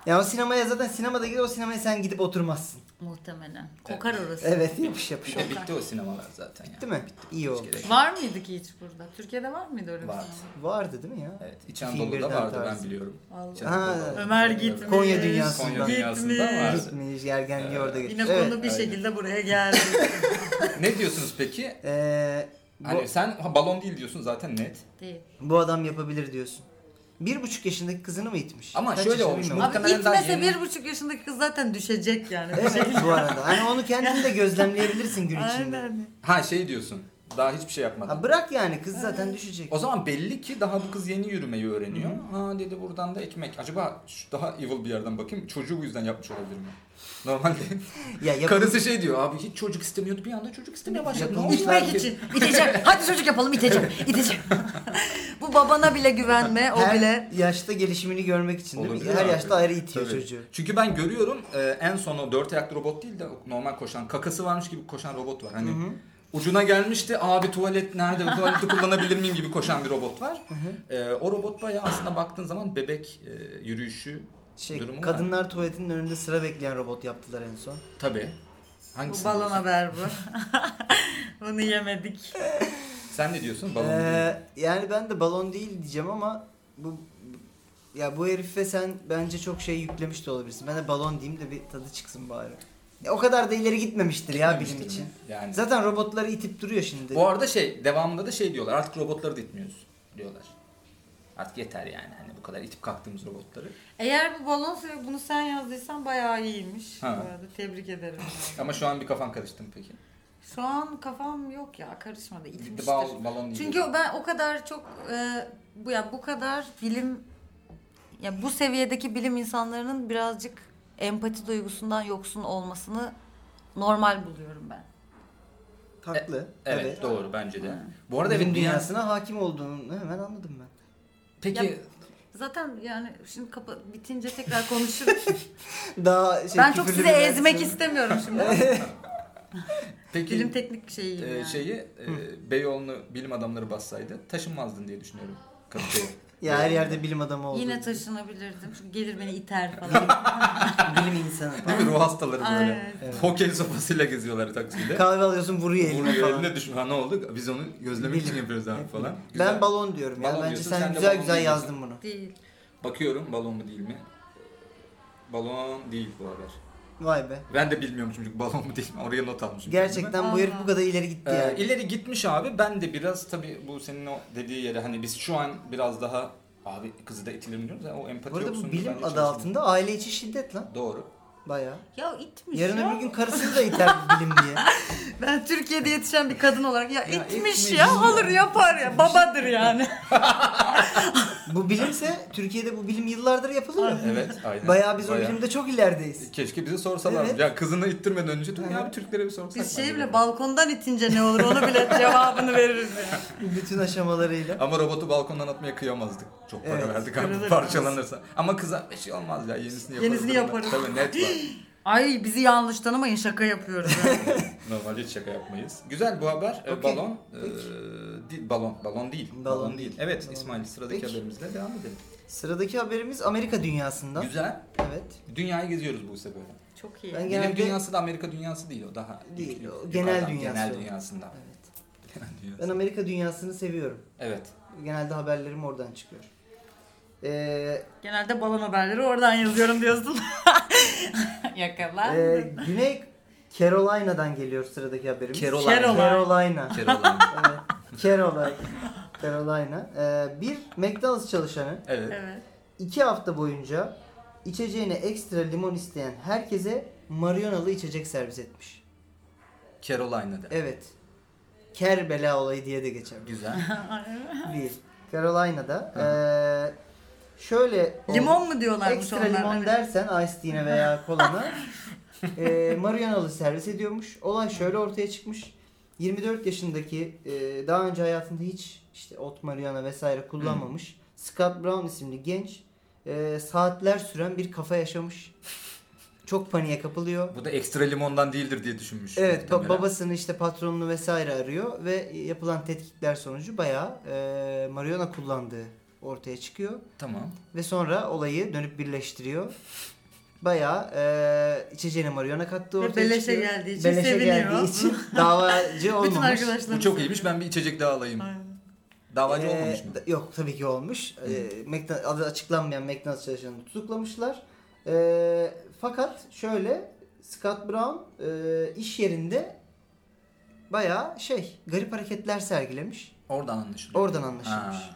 A: ya o sinemaya zaten sinemada gir o sinemaya sen gidip oturmazsın.
C: Muhtemelen. Kokar orası.
A: Evet yapış yapış.
B: İşte bitti o sinemalar zaten yani.
A: Değil mi? İyi oldu.
B: gerek
C: Var mıydı ki hiç burada? Türkiye'de var mıydı öyle bir
B: Vardı.
C: sinema?
A: Vardı değil mi ya?
B: Evet. İç Anadolu'da
A: birden
B: vardı
A: tarzı.
B: ben biliyorum. İç
C: Vallahi.
B: Anadolu'da
A: Ha.
B: vardı.
C: Ömer gitmiş.
A: Konya dünyasında.
B: Konya dünyasında
C: Gitmiş.
B: vardı.
A: Gitmiş gergenliği
B: Ee,
A: orada geçmiş.
C: Yine
A: Evet.
C: konu bir
B: Aynen.
C: şekilde buraya geldi.
B: ne diyorsunuz peki?
A: Ee, bu,
B: Hani sen ha, balon değil diyorsun zaten net.
C: Değil.
A: bu adam yapabilir diyorsun. Bir buçuk yaşındaki kızını mı itmiş?
B: Ama
A: Kaç
B: şöyle
A: yaşında
B: olmuş,
A: bilmiyorum.
C: Abi
B: Muhtemelen daha
C: gitmese
B: yeni-
C: bir buçuk yaşındaki kız zaten düşecek yani. şey
A: Evet bu arada. Hani onu kendin de gözlemleyebilirsin gün içinde.
C: Aynen.
B: Ha şey diyorsun. Daha hiçbir şey yapmadan.
A: Ha, bırak yani kız zaten düşecek.
B: O zaman belli ki daha bu kız yeni yürümeyi öğreniyor. Ha dedi buradan da ekmek. Acaba şu daha evil bir yerden bakayım. Çocuğu bu yüzden yapmış olabilir mi? Normalde
A: Ya yap-
B: karısı şey diyor abi hiç çocuk istemiyordu bir anda çocuk istemeye başladı. Ne oldu
C: İtmek
B: herkes?
C: için. İteceğim. Hadi çocuk yapalım iteceğim. İteceğim. Bu babana bile güvenme. O
A: her
C: bile.
A: yaşta gelişimini görmek için değil mi?
B: Olabilir
A: Her
B: abi.
A: yaşta ayrı itiyor
B: Tabii.
A: çocuğu.
B: Çünkü ben görüyorum e, en son o dört ayaklı robot değil de normal koşan kakası varmış gibi koşan robot var. Hani ucuna gelmişti abi tuvalet nerede bu tuvaleti kullanabilir miyim gibi koşan bir robot var. E, o robot bayağı aslında baktığın zaman bebek e, yürüyüşü
A: Şey,
B: durumu var.
A: kadınlar tuvaletinin önünde sıra bekleyen robot yaptılar en son.
B: Tabii.
C: Bu
B: Hangisi?
C: balon haber bu. Bunu yemedik.
B: Sen ne diyorsun? Balon değil.
A: Ee, yani ben de balon değil diyeceğim ama bu ya bu herife sen bence çok şey yüklemiş de olabilirsin. Ben de balon diyeyim de bir tadı çıksın bari. Ya o kadar da ileri gitmemiştir ya bilim
B: Demiştir
A: için.
B: mi? Yani.
A: Zaten robotları itip duruyor şimdi.
B: Bu arada şey devamında da şey diyorlar artık robotları da itmiyoruz diyorlar. Artık yeter yani hani bu kadar itip kalktığımız robotları.
C: Eğer bu balon sebebi bunu sen yazdıysan bayağı iyiymiş.
B: Ha.
C: Bu arada tebrik ederim.
B: Ama şu an bir kafan karıştı mı peki?
C: Şu an kafam yok ya karışmadı. itmiştir.
B: Bal, balon değil.
C: Çünkü ben o kadar çok e, bu ya bu kadar bilim ya bu seviyedeki bilim insanlarının birazcık empati duygusundan yoksun olmasını normal buluyorum ben.
A: Haklı.
B: E, Evet,
A: Evet.
B: doğru bence de. Bu arada
A: Bilim
B: evet dünya...
A: dünyasına hakim olduğunu hemen anladım ben.
B: Peki
C: Ya- Zaten yani şimdi kapa bitince tekrar konuşuruz.
A: Daha şey,
C: ben çok
A: küfürlü
C: sizi
A: bir
C: ezmek
A: versiyon.
C: istemiyorum şimdi.
B: peki
C: bilim teknik şeyi
A: Ee,
B: e,
C: yani.
A: şey
B: şeyi e, Beyoğlu'nu bilim adamları bassaydı taşınmazdın diye düşünüyorum. Kadıköy'e.
A: Ya her yerde bilim adamı oldu.
C: Yine taşınabilirdim. Çünkü gelir beni iter falan.
A: bilim insanı.
B: Değil mi? Ruh hastaları böyle.
C: Aynen.
A: Evet.
B: Hokey sopasıyla geziyorlar Taksim'de.
A: Kahve alıyorsun vuruyor eline
B: Vuruyor
A: falan.
B: eline düşme. Ha, ne oldu? Biz onu gözlemek için
A: Bilim.
B: yapıyoruz abi falan.
A: Ben balon diyorum ya.
B: Balon
A: Bence
B: diyorsun,
A: sen,
B: sen de
A: güzel
B: balon
A: güzel
B: diyorsun.
A: yazdın bunu.
C: Değil.
B: Bakıyorum balon mu değil mi? Balon değil bu haber.
A: Vay be.
B: Ben de bilmiyorum çünkü balon mu değil mi? Oraya not almışım. kendime.
A: Gerçekten bu herif bu kadar ileri gitti
B: Ee,
A: yani.
B: ileri gitmiş abi. Ben de biraz tabii bu senin o dediği yere hani biz şu an biraz daha abi kızı da itilir mi diyoruz ya o empati
A: Bu arada
B: yoksunu
A: bu bilim
B: bence
A: adı
B: çalışmıyor.
A: altında aile içi şiddet lan.
B: Doğru.
A: Bayağı.
C: Ya itmiş
A: Yarın
C: ya.
A: öbür gün karısını da iter bu bilim diye.
C: Ben Türkiye'de yetişen bir kadın olarak ya, itmiş
B: itmiş
C: ya
B: ya.
C: alır yapar ya babadır yani.
A: Bu bilimse Türkiye'de bu bilim yıllardır yapılıyor.
B: Evet aynen.
A: Bayağı biz o
B: Bayağı.
A: bilimde çok ilerideyiz.
B: Keşke bize sorsalar.
A: Evet.
B: Ya kızını ittirmeden önce dur ya
A: Evet.
B: bir Türklere bir sorsak.
C: Biz şey
B: bence.
C: bile balkondan itince ne olur onu bile cevabını veririz yani.
A: Bütün aşamalarıyla.
B: Ama robotu balkondan atmaya kıyamazdık. Çok para
A: Evet.
B: verdik abi
C: Kırılır
B: parçalanırsa. Ama kıza bir şey olmaz ya yenisini yaparız.
C: Yenisini yaparız.
B: Tabii net var.
C: Ay bizi yanlış tanımayın şaka yapıyoruz. yani.
B: Normalde hiç şaka yapmayız. Güzel bu haber. Ee,
A: Okey.
B: Balon. ee,
A: Peki.
B: değil, balon. Balon değil. Balon, değil. Evet
A: Balon.
B: İsmail sıradaki
A: Peki.
B: haberimizle devam edelim.
A: Sıradaki haberimiz Amerika dünyasından.
B: Güzel.
A: Evet.
B: Dünyayı geziyoruz bu sefer.
C: Çok iyi.
A: Ben
B: Bilim
A: genelde
B: dünyası da Amerika dünyası değil o daha.
A: Değil,
B: yük-
A: o
B: yük-
A: genel
B: yukarıdan,
A: dünyası
B: Genel
A: o.
B: dünyasından.
A: Evet.
B: Genel dünyası.
A: Ben Amerika dünyasını seviyorum.
B: Evet.
A: Genelde haberlerim oradan çıkıyor. Ee,
C: Genelde balon haberleri oradan yazıyorum diyorsun. Yakala.
A: e, Güney Carolina'dan geliyor sıradaki haberimiz.
B: Caroline.
C: Caroline.
A: Carolina.
B: Caroline.
A: evet. Caroline. Carolina. Ee, bir McDonald's çalışanı
B: evet.
C: evet.
A: iki hafta boyunca içeceğine ekstra limon isteyen herkese marionalı içecek servis etmiş.
B: Carolina'da.
A: Evet. Kerbela olayı diye de geçer.
B: Güzel.
A: Bir. Carolina'da. eee, şöyle o-
C: Limon mu diyorlar bu
A: ekstra limon dersen Ice Tea'ne veya kolana eee Marianalı servis ediyormuş. Olay şöyle ortaya çıkmış. 24 yaşındaki eee, daha önce hayatında hiç işte ot marihuana vesaire kullanmamış Scott Brown isimli genç eee, saatler süren bir kafa yaşamış. Çok paniğe kapılıyor.
B: Bu da ekstra limondan değildir diye düşünmüş.
A: Evet ba-
B: muhtemelen.
A: babasını işte patronunu vesaire arıyor ve yapılan tetkikler sonucu bayağı e, marihuana kullandığı ortaya çıkıyor.
B: Tamam.
A: Ve sonra olayı dönüp birleştiriyor. Bayağı e, içeceğine marihuana kattığı
C: Ve
A: ortaya
C: beleşe
A: çıkıyor.
C: geldiği için seviniyor.
A: geldiği için davacı olmamış.
C: Bütün arkadaşlarım.
B: Bu çok iyiymiş. Ben bir içecek daha alayım.
C: Aynen.
B: Davacı
A: Ee,
B: olmamış mı?
A: da- Yok tabii ki olmuş. Ee, McDonald's- adı açıklanmayan McDonald's çalışanını tutuklamışlar. Ee, fakat şöyle Scott Brown e, iş yerinde bayağı şey garip hareketler sergilemiş.
B: Oradan anlaşılıyor.
A: Oradan anlaşılmış.
B: Ha,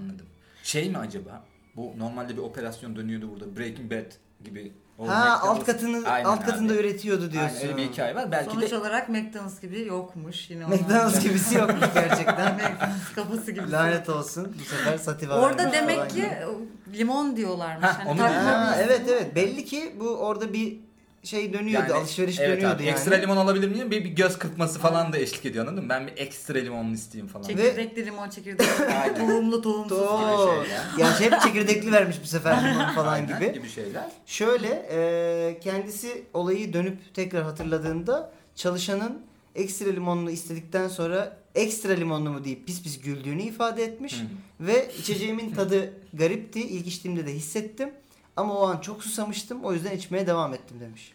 B: Anladım. Şey mi acaba? Bu normalde bir operasyon dönüyordu burada. Breaking Bad gibi. O
A: Ha
B: McDonald's-
A: alt katını
B: Aynen
A: alt katında
B: abi.
A: üretiyordu diyorsun.
B: Aynen öyle bir hikaye var. Belki
C: Sonuç
B: de
C: olarak McDonald's gibi yokmuş yine. onlar.
A: McDonald's gibisi yokmuş gerçekten.
C: McDonald's kafası gibi.
A: Lanet olsun bu sefer sativa
C: Orada
A: vermiş
C: demek
A: falan
C: ki
A: gibi.
C: limon diyorlarmış. Hani
B: Ha, onu
C: tabii
B: diyeceğim.
A: ha,
C: tabii.
A: evet evet belli ki bu orada bir şey dönüyordu alışveriş
B: evet
A: dönüyordu
B: abi,
A: yani.
B: Ekstra limon alabilir miyim? Bir, bir göz kırpması falan da eşlik ediyor anladın mı? Ben bir ekstra limon isteyeyim falan.
A: Çek-
C: Çekirdekli limon çekirdeği.
B: Aynen.
C: tohumlu tohumsuz. gibi.
A: Doğru.
B: şeyler.
A: Ya şey hep çekirdekli vermiş bu sefer limon falan
B: şey Aynen
A: gibi.
B: gibi şeyler.
A: Şöyle e, kendisi olayı dönüp tekrar hatırladığında çalışanın ekstra limonlu istedikten sonra ekstra limonlu mu deyip pis pis güldüğünü ifade etmiş.
B: Hı.
A: Ve içeceğimin tadı garipti. İlk içtiğimde de hissettim. Ama o an çok susamıştım. O yüzden içmeye devam ettim demiş.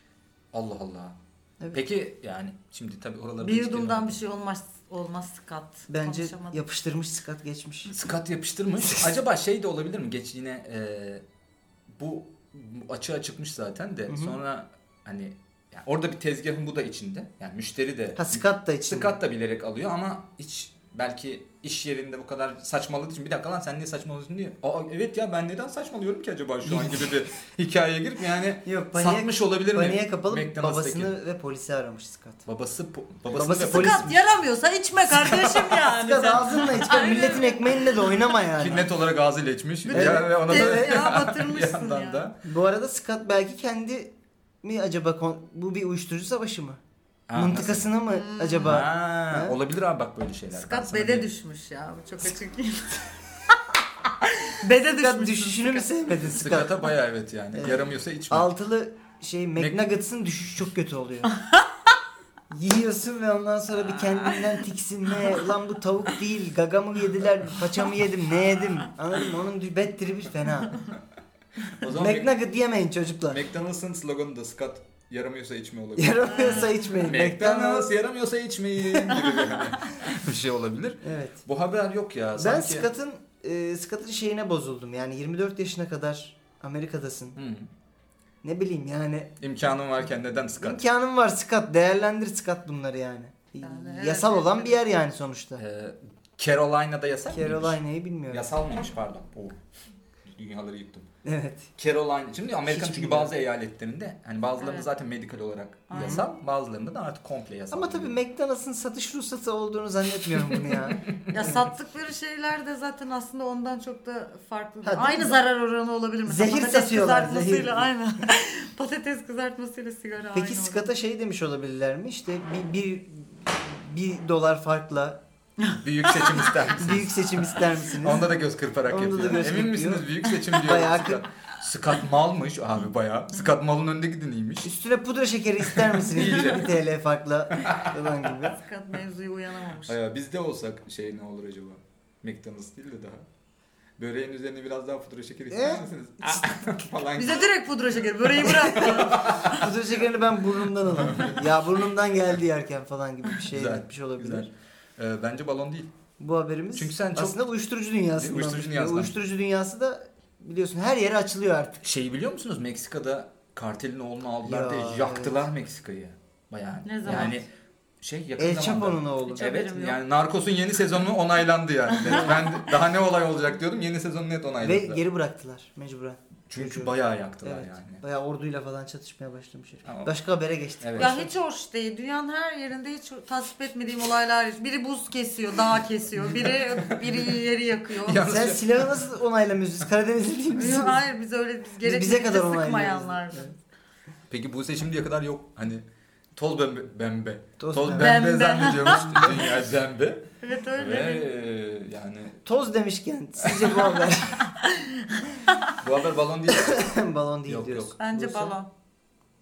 B: Allah Allah.
A: Evet.
B: Peki yani şimdi tabii oralarda
C: Bir
B: hiç
C: yudumdan
B: girmedim.
C: bir şey olmaz. Olmaz kat.
A: Bence
C: Konuşamadım.
A: yapıştırmış sıkat geçmiş.
B: Scott yapıştırmış. Acaba şey de olabilir mi? Geç yine e, bu açığa çıkmış zaten de
A: Hı hı.
B: sonra hani yani orada bir tezgahın bu da içinde. Yani müşteri de
A: Ha sıkat da içinde.
B: Scott da bilerek alıyor ama hiç belki iş yerinde bu kadar saçmaladığı için bir dakika lan sen niye saçmalıyorsun diye. Aa evet ya ben neden saçmalıyorum ki acaba şu an gibi bir hikayeye girip yani
A: Yok paniğe,
B: satmış olabilir mi?
A: paniğe kapılıp
B: McDonald's'taki?
A: babasını ve polisi aramış sıkat.
B: babası po- babasını
A: Babası
B: ve
A: polis-
C: Kat yaramıyorsa içme kardeşim yani.
A: Sıkat
C: sen.
A: ağzınla iç. Ben Milletin ekmeğinle de oynama yani.
B: Ki net olarak ağzıyla içmiş.
A: Evet.
B: Ya, ve ona da
C: Evet ya,
B: bir
C: batırmışsın
B: yandan
C: ya.
B: da.
A: Bu arada Scott belki kendi mi acaba kon- bu bir uyuşturucu savaşı mı?
B: Ha,
A: Mıntıkasına mı
C: Hmm.
B: nasıl?
A: acaba?
B: Ha,
A: Ha?
B: olabilir abi bak böyle şeyler. Ben
C: Scott
B: sana
C: bede
B: diyeyim.
C: düşmüş ya. Bu çok açık değil. bede
A: Scott
C: düşmüş.
A: düşüşünü mü sevmedin Scott?
B: Scott'a baya evet yani.
A: Evet.
B: Yaramıyorsa içme.
A: Altılı şey McNuggets'ın düşüşü çok kötü oluyor. Yiyorsun ve ondan sonra bir kendinden tiksinme. Lan bu tavuk değil. Gagamı yediler. Paçamı yedim. Ne yedim? Anladın mı? Onun dü- bad tribi fena.
B: O zaman Mac-
A: McNugget yemeyin çocuklar.
B: McDonald's'ın sloganı da Scott yaramıyorsa içme olabilir.
A: Yaramıyorsa içmeyin.
B: McDonald's yaramıyorsa içmeyin gibi yani. bir şey olabilir.
A: Evet.
B: Bu haber yok ya.
A: Ben
B: sanki...
A: Scott'ın e, Scott'ın şeyine bozuldum. Yani 24 yaşına kadar Amerika'dasın.
B: Hmm.
A: Ne bileyim yani.
B: İmkanım varken neden Scott?
A: imkanın var Scott. Değerlendir Scott bunları yani.
C: Yani evet,
A: Yasal
C: evet,
A: olan
C: evet.
A: bir yer yani sonuçta.
B: Ee, Carolina'da yasak mıymış?
A: Carolina'yı bilmiyorum.
B: Yasal mıymış pardon. Oo. dünyaları yıktım.
A: Evet.
B: Caroline şimdi Amerikan
A: Hiç
B: çünkü
A: bilmiyorum.
B: bazı eyaletlerinde hani bazılarında
C: Evet.
B: zaten medikal olarak
C: Aynen.
B: yasal, bazılarında da artık komple yasal.
A: Ama tabii McDonald's'ın satış ruhsatı olduğunu zannetmiyorum bunu ya.
C: Ya sattıkları şeyler de zaten aslında ondan çok da farklı.
A: Ha, değil
C: aynı
A: mi?
C: zarar oranı olabilir mi?
A: Zehir satıyorlar,
C: kızartmasıyla
A: zehir.
C: aynı. patates kızartmasıyla sigara aynı.
A: Peki
C: oranı.
A: Scott'a şey demiş olabilirler mi? İşte bir, bir, bir dolar farkla
B: büyük seçim ister misiniz?
A: büyük seçim ister misiniz?
B: Onda da göz kırparak
A: Onda da
B: yapıyor.
A: göz
B: Emin
A: kırpıyor.
B: misiniz büyük seçim diyor.
A: Bayağı
B: Scott. Scott malmış abi bayağı. Scott malın önde gideniymiş.
A: Üstüne pudra şekeri ister misiniz?
B: İyice.
A: 1 TL farkla falan gibi.
C: Sakat mevzuyu uyanamamış.
B: Bayağı biz de olsak şey ne olur acaba? McDonald's değil de daha. Böreğin üzerine biraz daha pudra şekeri ister
A: Eh?
B: misiniz? falan gibi.
C: Bize direkt pudra şekeri böreği bırak.
A: Pudra şekerini ben burnumdan alayım. Ya burnumdan geldi yerken falan gibi bir şey
B: Güzel,
A: gitmiş olabilir.
B: Güzel. Ee, bence balon değil.
A: Bu haberimiz
B: Çünkü sen çok-
A: aslında uyuşturucu dünyasından.
B: Uyuşturucu
A: bahsediyor.
B: dünyasından.
A: Uyuşturucu dünyası da biliyorsun her yere açılıyor artık.
B: Şeyi biliyor musunuz? Meksika'da kartelin oğlunu aldılar
A: Ya,
B: diye yaktılar Meksika'yı. Bayağı.
C: Ne zaman?
B: Yani şey yakın
A: El
B: zamanda.
A: Chapo'nun oğlu.
C: Hiç
B: Evet
C: haberim yok.
B: yani Narcos'un yeni sezonu onaylandı yani. ben de- daha ne olay olacak diyordum. Yeni sezonu net
A: Ve
B: onayladılar.
A: geri bıraktılar mecburen.
B: Çünkü bayağı yaktılar
A: Evet.
B: yani.
A: Bayağı orduyla falan çatışmaya başlamış herif.
B: Tamam.
A: Başka habere geçtik.
B: Evet.
C: ya hiç hoş değil. Dünyanın her yerinde hiç tasvip etmediğim olaylar. Biri buz kesiyor, dağ kesiyor. Biri biri yeri yakıyor.
B: Ya-
A: Sen silahı nasıl onaylamıyorsun? Siz Karadenizli değil misiniz?
C: Yok, Hayır biz öyle biz gerekli
A: bize kadar onaylıyoruz.
C: sıkmayanlardı.
A: Evet.
B: Peki bu şimdiye kadar yok. Hani tol bembe. bembe. Tol,
A: Toz
B: bembe,
A: pembe.
C: Bembe.
B: zannediyormuş dünya zembe.
C: Evet
B: Ve
C: öyle.
B: e, yani
A: Toz demişken sizce bu haber
B: bu haber balon değil.
A: balon değil
B: Yok,
A: diyorsun.
B: yok.
C: Bence
A: Buse.
C: balon.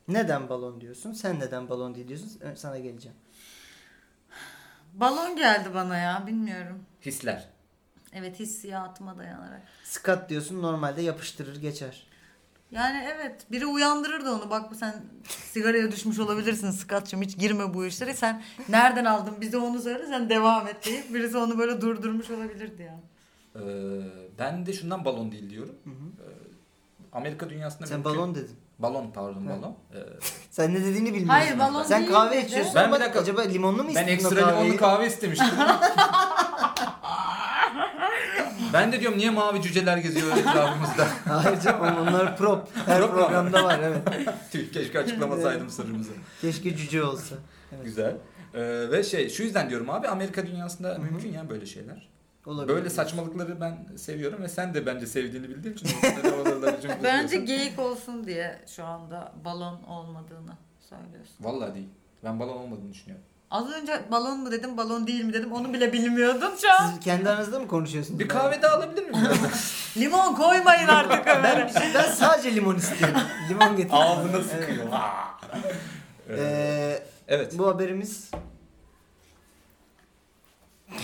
A: Neden balon diyorsun? Sen neden balon değil diyorsun? Ö- Sana geleceğim.
C: Balon geldi bana ya bilmiyorum.
B: Hisler.
C: Evet hissiyatıma dayanarak.
A: Skat diyorsun normalde yapıştırır geçer.
C: Yani evet biri uyandırır da onu bak bu sen sigaraya düşmüş olabilirsin Skatçım hiç girme bu işlere sen nereden aldın bize onu söyle sen devam et deyip birisi onu böyle durdurmuş olabilirdi ya.
B: Ee, ben de şundan balon değil diyorum. Ee, Amerika dünyasında
A: Sen
B: mümkün-
A: balon dedin.
B: balon pardon
A: Ha.
B: balon. Ee,
A: Sen ne dediğini bilmiyorsun.
C: Hayır, balon
A: Sen
C: değil
A: kahve
C: dedi.
A: içiyorsun
B: Ben
A: ama
B: bir dakika-
A: acaba limonlu mu
B: ben
A: istedin o
B: ekstra limonlu
A: kahveyi?
B: kahve istemiştim. ben de diyorum niye mavi cüceler geziyor etrafımızda?
A: Hayır canım onlar prop. Her
B: Prop mu?
A: programda var evet.
B: Tüh, Keşke açıklamasaydım sırrımızı.
A: Keşke cüce olsa. Evet.
B: Güzel. Ee, ve şey şu yüzden diyorum abi Amerika dünyasında mümkün ya böyle şeyler.
A: Olabilir.
B: Böyle saçmalıkları ben seviyorum ve sen de bence sevdiğini bildiğin için. üstüne de oraları cümbüz
C: Bence
B: diyorsun.
C: geyik olsun diye şu anda balon olmadığını söylüyorsun.
B: Vallahi değil. Ben balon olmadığını düşünüyorum.
C: Az önce balon mu dedim balon değil mi dedim onu bile bilmiyordum şu an.
A: Siz kendi aranızda mı konuşuyorsunuz?
B: Bir kahve daha alabilir miyim?
C: Limon koymayın artık Ömer'e.
A: Ben şey- sadece limon istiyorum. Limon getir.
B: Ağzına sıkıyor.
A: Evet.
B: Ee,
A: Ee,
B: evet.
A: bu haberimiz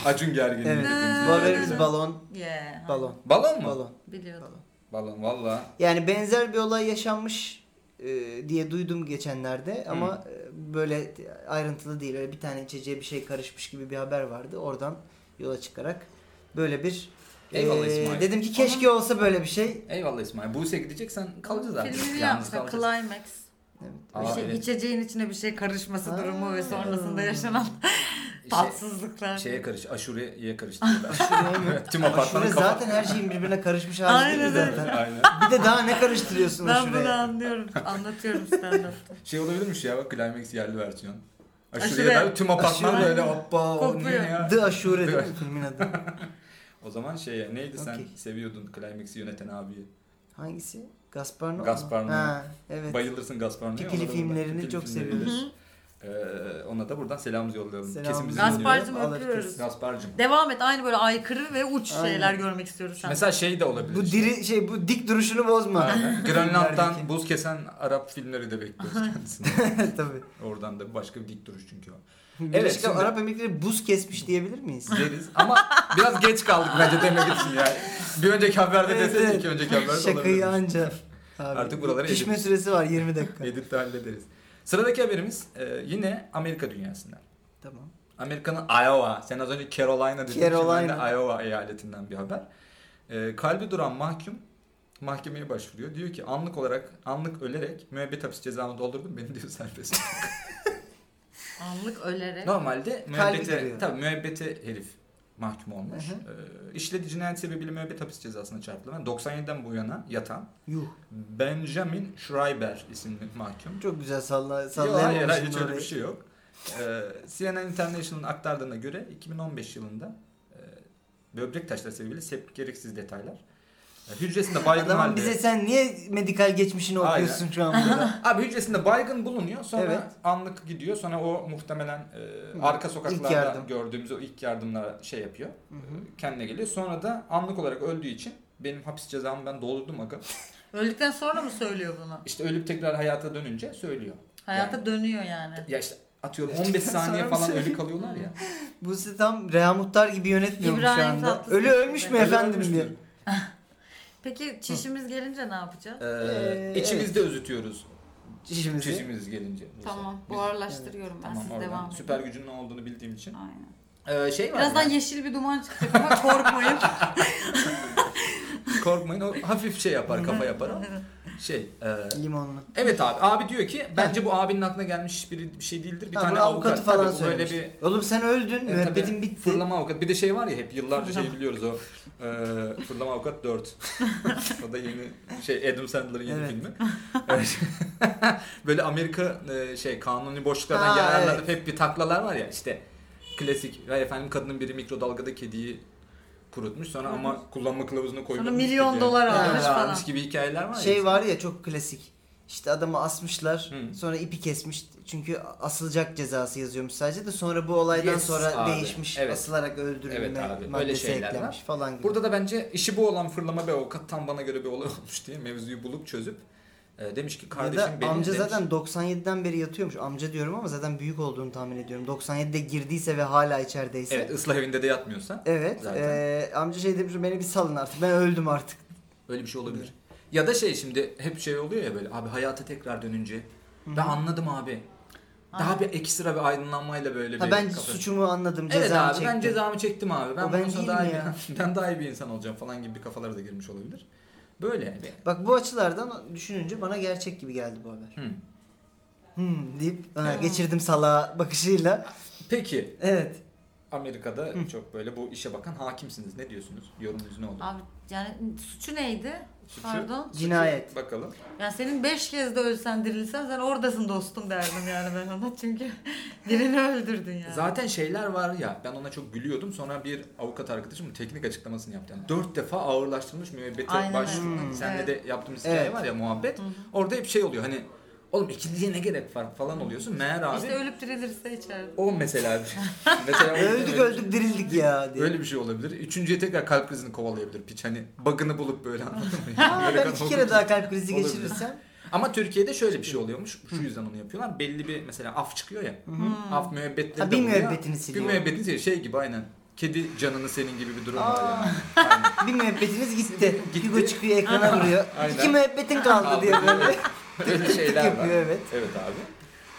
B: Acun gergin.
A: evet.
C: Ee,
A: Bu haberimiz balon.
C: Yeah,
A: Balon.
B: Balon mu?
A: Balon.
C: Biliyordum.
B: Balon valla.
A: Yani benzer bir olay yaşanmış e, diye duydum geçenlerde ama e, böyle ayrıntılı değil. Öyle bir tane içeceğe bir şey karışmış gibi bir haber vardı. Oradan yola çıkarak böyle bir
B: Eyvallah
A: e,
B: İsmail.
A: dedim ki keşke olsa böyle bir şey.
B: Eyvallah İsmail. Buse gideceksen kalacağız artık.
C: Filmini
B: Yalnız
C: yapsa
B: kalacağız.
C: Climax.
A: Evet.
B: Aa,
C: Bir şey,
B: evet.
C: içeceğin içine bir şey karışması
A: Aa. şey
C: durumu ve sonrasında yaşanan tatsızlıklar.
B: Şey, şeye karış. Aşure'ye karıştırdılar.
A: Şuraya mı?
B: Tüm
A: Aşure
B: apartmanın kapat.
A: zaten her şeyin birbirine karışmış hali değil mi
C: Aynen öyle.
A: zaten.
B: Aynen.
A: Bir de daha ne karıştırıyorsun
C: ben bunu
A: şuraya?
C: anlıyorum. Anlatıyorum stand-up'ta.
B: Şey olabilirmiş ya bak Climax yerli versiyon. Aşure'ye
C: Aşure.
B: dair tüm apartman
A: Aşure.
B: böyle hoppa o ne
C: Kokuyor.
B: ya.
A: The Aşure değil mi filmin adı?
B: O zaman şey neydi sen
A: Okey.
B: seviyordun Climax'i yöneten abiyi.
A: Hangisi? Gasparno. mu?
B: Gasparno.
A: Ha, evet.
B: Bayılırsın Gasparno'ya.
A: Pipili
B: ona da buradan-
A: filmlerini
B: Pipili
A: çok
B: filmlerini.
A: seviyoruz.
B: Ee, ona da buradan selamımızı yollayalım.
A: Selam.
B: Kesin bizi
C: Gasparcım
B: dinliyor.
A: Alır
C: öpüyoruz.
A: kesin.
B: Gaspar'cım.
C: Devam et. Aynı böyle aykırı ve uç
A: Aynen.
C: şeyler görmek istiyoruz senden.
B: Mesela şey de olabilir.
A: Bu
B: işte.
A: diri şey bu dik duruşunu bozma.
B: Aynen. Grönland'dan
A: Filmlerdeki.
B: buz kesen Arap filmleri de bekliyoruz kendisini.
A: Tabii.
B: Oradan da başka bir dik duruş çünkü o.
A: Evet,
B: şimdi-
A: Arap Emirlikleri buz kesmiş diyebilir miyiz?
B: Deriz ama biraz geç kaldık bence demek için yani. Bir önceki haberde
A: Evet,
B: deseydik
A: evet.
B: ki önceki haberde
A: Şakayı
B: olabilirmiş.
A: anca. Abi,
B: Artık buraları
A: Pişme süresi var 20 dakika.
B: Edit'te hallederiz. Sıradaki haberimiz e, yine Amerika dünyasından.
A: tamam.
B: Amerika'nın Iowa, sen az önce Carolina dedin.
A: Carolina.
B: şimdi ben de Iowa eyaletinden bir haber. E, kalbi duran mahkum mahkemeye başvuruyor. Diyor ki anlık olarak, anlık ölerek müebbet hapis cezamı doldurdum. Beni diyor serbest.
C: Anlık ölerek.
B: Normalde müebbete,
A: duruyor.
B: tabii müebbete herif mahkum olmuş.
A: Hı
B: E, işlediği cinayet sebebiyle müebbet hapis cezasına çarptırılan 97'den bu yana yatan
A: Yuh.
B: Benjamin Schreiber isimli mahkum.
A: Çok güzel salla
B: Yok hayır, hayır
A: sallayamamışsın
B: hiç öyle
A: orayı.
B: bir şey yok. Ee, CNN International'ın aktardığına göre 2015 yılında e, böbrek taşları sebebiyle septik gereksiz detaylar. E, hücresinde baygın
A: Adamın
B: halde.
A: bize sen niye medikal geçmişini
B: Aynen.
A: okuyorsun şu an burada?
B: Abi hücresinde baygın bulunuyor sonra
A: Evet.
B: anlık gidiyor sonra o muhtemelen e,
A: Hı.
B: arka
A: İlk
B: sokaklarda
A: yardım.
B: gördüğümüz o ilk yardımlara şey yapıyor.
A: Hı hı.
B: Kendine geliyor sonra da anlık olarak öldüğü için benim hapis cezamı ben doldurdum aga.
C: Öldükten sonra mı söylüyor bunu?
B: İşte ölüp tekrar hayata dönünce söylüyor.
C: Hayata
B: Yani.
C: dönüyor yani.
B: Ya işte atıyorum 15 saniye
A: Sonra bir
B: falan
A: şey-
B: ölü kalıyorlar ya.
A: Bu sizi tam Reha Muhtar gibi yönetmiyormuş şu
C: İbrahim
A: anda.
C: Tatlıses
A: Ölü ölmüş mü
C: gibi.
A: efendim diye.
C: Peki çişimiz gelince ne yapacağız?
B: Ee,
A: Ee,
B: içimizde özütüyoruz
A: Çişimizi.
B: çizimiz gelince.
C: Tamam.
B: Biz-
C: Bu aralaştırıyorum ben.
B: Tamam,
C: Siz
B: oradan.
C: devam edin.
B: Süper gücün ne olduğunu bildiğim için.
C: Aynen.
B: Ee, şey var
C: Birazdan
B: ya,
C: yeşil bir duman çıkacak ama korkmayın.
B: korkmayın o hafif şey yapar kafa yapar ama
C: Evet.
B: şey. e,
A: Limonlu.
B: evet abi abi diyor ki bence bu abinin aklına gelmiş bir, bir şey değildir. Bir
A: Ha,
B: tane
A: bu avukatı
B: avukat
A: falan
B: tabii, böyle bir
A: söylemiş. Oğlum sen öldün,
B: E,
A: müebbetin
B: tabii,
A: bitti.
B: Fırlama avukat. Bir de şey var ya hep yıllarca şey biliyoruz o. e, fırlama avukat 4. o da yeni şey Adam Sandler'ın yeni
A: Evet.
B: filmi. Evet. Böyle Amerika e, şey kanuni boşluklardan
A: Ha,
B: yararlanıp hep bir taklalar var ya işte klasik ya efendim kadının biri mikrodalgada kediyi kurutmuş sonra ama kullanma kılavuzuna koymuş.
C: Sonra milyon dolar almış falan.
B: gibi hikayeler var ya.
A: Şey var ya çok klasik. İşte adamı asmışlar.
B: Hı.
A: Sonra ipi kesmiş. Çünkü asılacak cezası yazıyormuş sadece de sonra bu olaydan
B: Yes,
A: sonra
B: abi.
A: değişmiş.
B: Evet.
A: Asılarak öldürülme
B: Evet abi, öyle
A: maddesi
B: şeyler
A: eklenmiş
B: var.
A: falan gibi.
B: Burada da bence işi bu olan fırlama bir avukat tam bana göre bir olay olmuş diye mevzuyu bulup çözüp e, demiş ki
A: ya
B: kardeşim
A: da
B: benim
A: amca
B: demiş.
A: zaten 97'den beri yatıyormuş. Amca diyorum ama zaten büyük olduğunu tahmin ediyorum. 97'de girdiyse ve hala içerideyse.
B: Evet ıslah evinde de yatmıyorsa
A: Evet.
B: Zaten.
A: eee, amca şey demiş beni bir salın artık. Ben öldüm artık.
B: öyle bir şey olabilir. Ya da şey şimdi hep şey oluyor ya böyle abi hayata tekrar dönünce ben anladım abi. Daha bir ekstra bir aydınlanmayla böyle
A: Ha
B: bir
A: ben
B: kafa-
A: suçumu anladım.
B: Evet
A: Cezamı
B: abi
A: çektim.
B: ben cezamı çektim abi. Ben,
A: O ben
B: bundan sonra
A: değilim
B: daha iyi,
A: ya.
B: ben daha iyi bir insan olacağım falan gibi bir kafalara da girmiş olabilir. Böyle.
A: Bak bu açılardan düşününce bana gerçek gibi geldi bu haber.
B: Hı.
A: Hmm deyip ha, geçirdim salağa bakışıyla.
B: Peki
A: Evet.
B: Amerika'da çok böyle bu işe bakan hakimsiniz. Ne diyorsunuz? Yorumunuz ne oldu?
C: Abi yani suçu neydi?
B: Suçu-
C: Pardon.
A: Cinayet.
B: Bakalım.
C: Yani senin beş kez de ölsen dirilsen sen oradasın dostum derdim yani ben ona. Çünkü birini öldürdün yani.
B: Zaten şeyler var ya ben ona çok gülüyordum. Sonra bir avukat arkadaşım teknik açıklamasını yaptı. Yani dört defa ağırlaştırılmış müebbete
C: Aynen
B: başvurdu.
C: öyle.
B: Senle
C: Evet.
B: de yaptığımız hikaye
A: Evet.
B: var ya muhabbet. Orada hep şey oluyor hani oğlum ikiliye ne gerek var falan oluyorsun. Meğer abi
C: İşte ölüp dirilirse içeride.
B: o mesela şey. mesela
A: Öldük öldük dirildik ya diye.
B: Öyle bir şey olabilir. Üçüncüye tekrar kalp krizini kovalayabilir piç. Hani bug'ını bulup böyle anladın mı?
A: Ha, ben
B: Amerikan
A: iki
B: hukuku.
A: kere daha kalp krizi
B: Olabilir.
A: geçirirsem.
B: Ama Türkiye'de şöyle bir şey oluyormuş. Şu yüzden onu yapıyorlar. Belli bir mesela af çıkıyor ya. Af müebbetleri
A: Ha,
B: de
A: bir
B: oluyor.
A: müebbetini
B: Bir
A: siliyor.
B: müebbetini siliyor. Şey gibi aynen. Kedi canını senin gibi bir durum var
A: Aa.
B: yani. Aynen.
A: bir müebbetiniz gitti.
B: Gitti.
A: Hugo çıkıyor ekrana vuruyor.
B: Aynen.
A: İki müebbetin kaldı
B: Kaldı.
A: diye böyle.
B: Öyle şeyler var.
A: Yapıyor, evet.
B: Evet abi.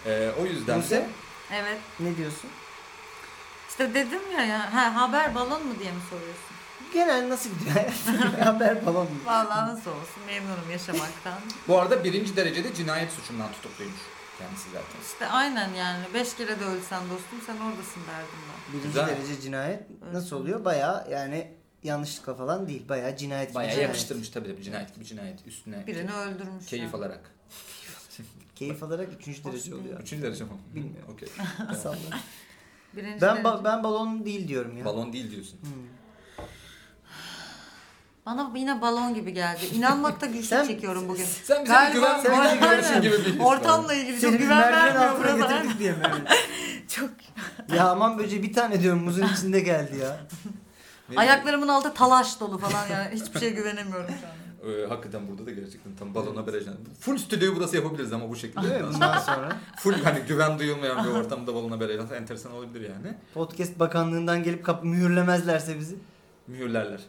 B: Ee, o yüzden de
A: Buse
C: Evet.
A: ne diyorsun?
C: İşte dedim ya ya. Ha, haber balon mu diye mi soruyorsun?
A: Genel nasıl gidiyor? Haber falan mı?
C: Vallahi nasıl olsun memnunum yaşamaktan.
B: bu arada birinci derecede cinayet suçundan tutukluymuş kendisi zaten.
C: İşte aynen yani. Beş kere de ölsen dostum sen oradasın derdim ben.
A: Birinci
B: Güzel.
A: derece cinayet nasıl oluyor? Baya yani yanlışlıkla falan değil. Baya cinayet gibi
B: Bayağı
A: cinayet.
B: yapıştırmış tabii tabii cinayet gibi cinayet üstüne
C: Birini öldürmüş.
B: keyif
C: yani.
B: alarak.
A: Keyif alarak üçüncü derece oluyor.
B: Üçüncü derece mi?
A: Bilmiyorum.
B: Okey.
A: Salla.
C: Birinci
A: ben
C: derece-
A: ba- ben balon değil diyorum ya.
B: Balon değil diyorsun.
C: Bana yine balon gibi geldi. İnanmakta güçlük
A: Sen-
C: çekiyorum bugün.
B: Sen bize bir güven
C: Galiba-
B: vermiyorsun gibi bir his var.
C: Ortamla ilgili çok
A: Seni
C: güven
A: merdiven
C: vermiyor
A: altına
C: buralar.
A: getirdik diye mi?
C: Çok.
A: ya aman böceği bir tane diyorum muzun içinde geldi ya.
B: Ne
C: Ayaklarımın altı talaş dolu falan yani. Hiçbir şeye güvenemiyorum şu an.
B: Ee, hakikaten burada da gerçekten tam balona vereceğim. Full stüdyoyu burası yapabiliriz ama bu şekilde.
A: Değil mi? Bundan sonra
B: Full hani güven duyulmayan bir ortamda balona vereceğim. Enteresan olabilir yani.
A: podcast bakanlığından gelip kap- mühürlemezlerse bizi.
B: Mühürlerler.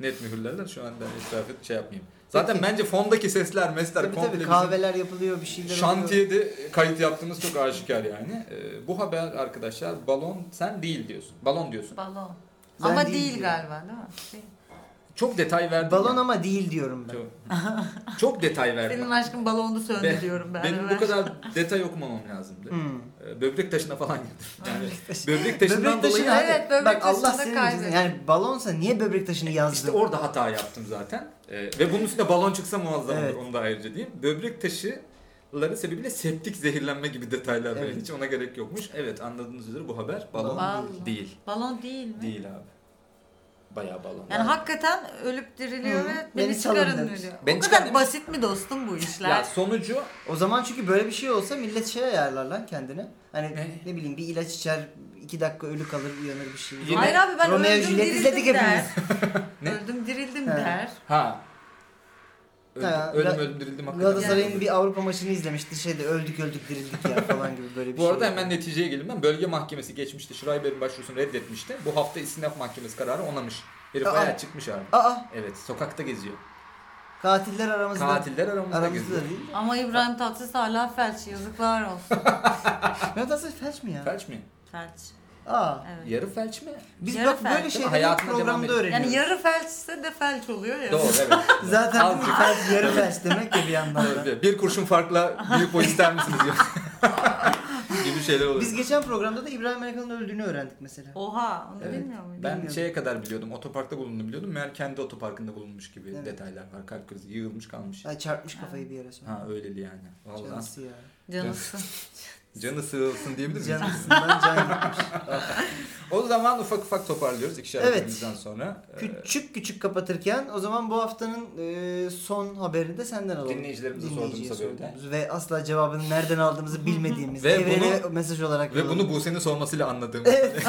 B: Net mühürlerler şu anda etrafı şey yapmayayım. Zaten bence fondaki sesler, mesler
A: Tabii
B: komple
A: tabii
B: bizim
A: kahveler yapılıyor bir şeyler oluyor.
B: şantiyede kayıt yaptığımız çok aşikar yani. Ee, bu haber arkadaşlar balon sen değil diyorsun. Balon diyorsun.
C: Balon.
A: Ben
C: Ama
A: değil
C: değil
A: diyorum.
C: galiba değil mi? Değil.
B: Çok detay verdi.
A: Balon
B: ya.
A: ama değil diyorum ben.
B: Çok, çok detay verdi.
C: Senin aşkın balonunu söndü
B: Be-
C: diyorum ben.
B: Benim bu
C: Ömer.
B: kadar detay okumamam lazımdı.
A: Hmm.
B: Ee, Böbrek taşına falan girdim. Yani böbrek taşından
A: Böbrek taşı
B: dolayı
C: Evet,
A: abi,
C: böbrek
A: bak Allah
C: taşında
A: senin
C: kaybettim.
A: yüzünden- yani balonsa niye böbrek
B: E,
A: taşını yazdın?
B: İşte orada hata yaptım zaten. Ee, ve bunun üstüne balon çıksa muazzam
A: Evet.
B: olur. Onu da ayrıca diyeyim. Böbrek taşıları sebebiyle septik zehirlenme gibi detaylar var.
A: Evet.
B: Hiç ona gerek yokmuş. Evet anladığınız üzere bu haber balon
C: Balon.
B: değil. değil.
C: Balon değil mi?
B: Değil abi. Bayağı balon.
C: Yani hakikaten ölüp diriliyor
A: Hı,
C: ve
A: beni
C: beni
A: çalın
C: çıkarın
A: demiş.
C: diyor.
B: Beni
C: o kadar
B: çıkar demiş.
C: basit mi dostum bu işler?
B: ya sonucu
A: O zaman çünkü böyle bir şey olsa millet şey ayarlar lan kendine. Hani
B: Ne?
A: ne, bileyim bir ilaç içer, iki dakika ölü kalır, uyanır bir şey.
B: Yine-
C: Hayır abi ben
A: Romeo
C: öldüm
A: Juliet izledik
C: dirildim
A: hepimiz.
C: der.
B: Ne?
C: Öldüm dirildim
A: He.
C: der.
B: ha. Öldüm,
A: Ha,
B: öldüm,
A: Ga-
B: öldüm, dirildim hakikaten.
A: Galatasaray'ın bir Avrupa maçını izlemişti şeyde öldük öldük dirildik ya falan gibi böyle bir
B: Bu
A: şey.
B: arada hemen neticeye gelin ben. Bölge mahkemesi geçmişti. Şurayber'in başvurusunu reddetmişti. Bu hafta istinaf mahkemesi kararı onamış. Herif
A: Aa.
B: ayağa çıkmış abi.
A: Aa
B: Evet sokakta geziyor.
A: katiller aramızda.
B: Katiller aramızda,
A: Aramızda
B: geziyor.
A: da değil.
C: Ama İbrahim Tatlıses hala felç. Yazıklar olsun.
A: Galatasaray felç mi ya?
B: Felç mi?
C: felç.
A: Aa.
C: Evet.
B: Yarı felç mi?
A: Biz
C: Yarı
A: bak böyle
C: felç.
A: şeyleri hep
B: Hayatına devam
A: programda
B: ediyor.
A: öğreniyoruz.
C: Yani yarı felçse de felç oluyor ya.
B: Doğru evet.
A: Zaten değil mi?
B: Azıcık.
A: felç yarı felç demek ya bir yandan da.
B: Tabii, bir kurşun farkla büyük boy ister misiniz diyor. gibi şeyler oluyor.
A: Biz geçen programda da İbrahim Erkan'ın öldüğünü öğrendik mesela.
C: Oha onu
B: Evet.
C: bilmiyor muydun?
B: ben
A: Bilmiyorum.
B: şeye kadar biliyordum. Otoparkta bulunduğunu biliyordum. Meğer kendi otoparkında bulunmuş gibi
A: Evet.
B: detaylar var. Kalp krizi yığılmış kalmış.
A: Ay çarpmış kafayı bir yere sonra.
B: Ha öyleli yani. Vallahi
A: Canısı ya.
C: Canısın.
B: canı sığılsın diyebilir miyiz?
A: Canısından can gitmiş.
B: O zaman ufak ufak toparlıyoruz ikişer
A: Evet.
B: haberimizden sonra. Ee,
A: Küçük küçük kapatırken o zaman bu haftanın e, son haberini de senden alalım.
B: Dinleyicilerimize
A: Dinleyiciye
B: sorduğumuz haberi de.
A: sorduğumuz Ve asla cevabını nereden aldığımızı bilmediğimiz
B: Ve
A: evrene mesaj olarak.
B: Ee, Ve
A: yolladığımız-
B: bunu Buse'nin sormasıyla anladığım.
A: Evet.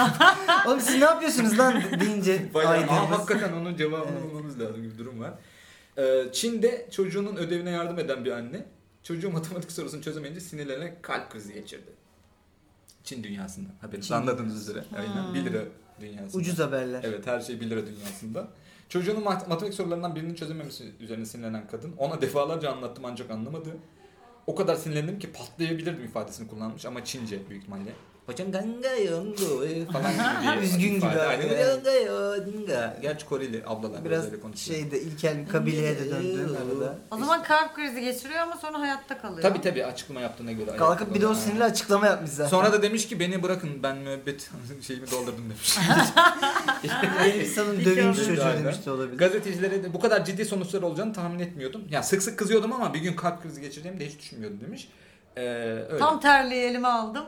A: Oğlum siz ne yapıyorsunuz lan deyince
B: Bayağı, aa,
A: aydınımız.
B: hakikaten onun cevabını
A: Evet.
B: bulmamız lazım gibi bir durum var. Ee, Çin'de çocuğunun ödevine yardım eden bir anne çocuğu matematik sorusunu çözemeyince sinirlenerek kalp krizi geçirdi. Çin dünyasında. Haberiniz
A: Çin
B: anladığınız üzere. Aynen. 1 lira dünyasında.
A: Ucuz haberler.
B: Evet her şey 1 lira dünyasında. Çocuğunun mat- matematik sorularından birini çözememesi üzerine sinirlenen kadın. Ona defalarca anlattım ancak anlamadı. O kadar sinirlendim ki patlayabilirdim ifadesini kullanmış ama Çince büyük ihtimalle. Hocam ganga yondu e, falan gibi bir
A: Üzgün gibi
B: ifade.
A: abi,
B: Aynen.
A: evet.
B: Ganga yonga. Gerçi Koreli ablalar biraz, şey,
A: Biraz
B: öyle konuşuyor.
A: şeyde ilkel kabileye de döndü arada.
C: O zaman kalp krizi geçiriyor ama sonra hayatta kalıyor.
B: Tabi tabi açıklama yaptığına göre.
A: Kalkıp bir de o
B: Aynen.
A: sinirli açıklama yapmış zaten.
B: Sonra da demiş ki beni bırakın ben müebbet şeyimi doldurdum demiş.
A: insanın
C: İlkel
A: dövünç
B: olabilir.
A: çocuğu
B: Aynen.
A: demiş de olabilir.
B: Gazetecilere de bu kadar ciddi sonuçlar olacağını tahmin etmiyordum. Ya sık sık kızıyordum ama bir gün kalp krizi geçireceğimi de hiç düşünmüyordum demiş. Ee, öyle.
C: Tam terliği elime aldım.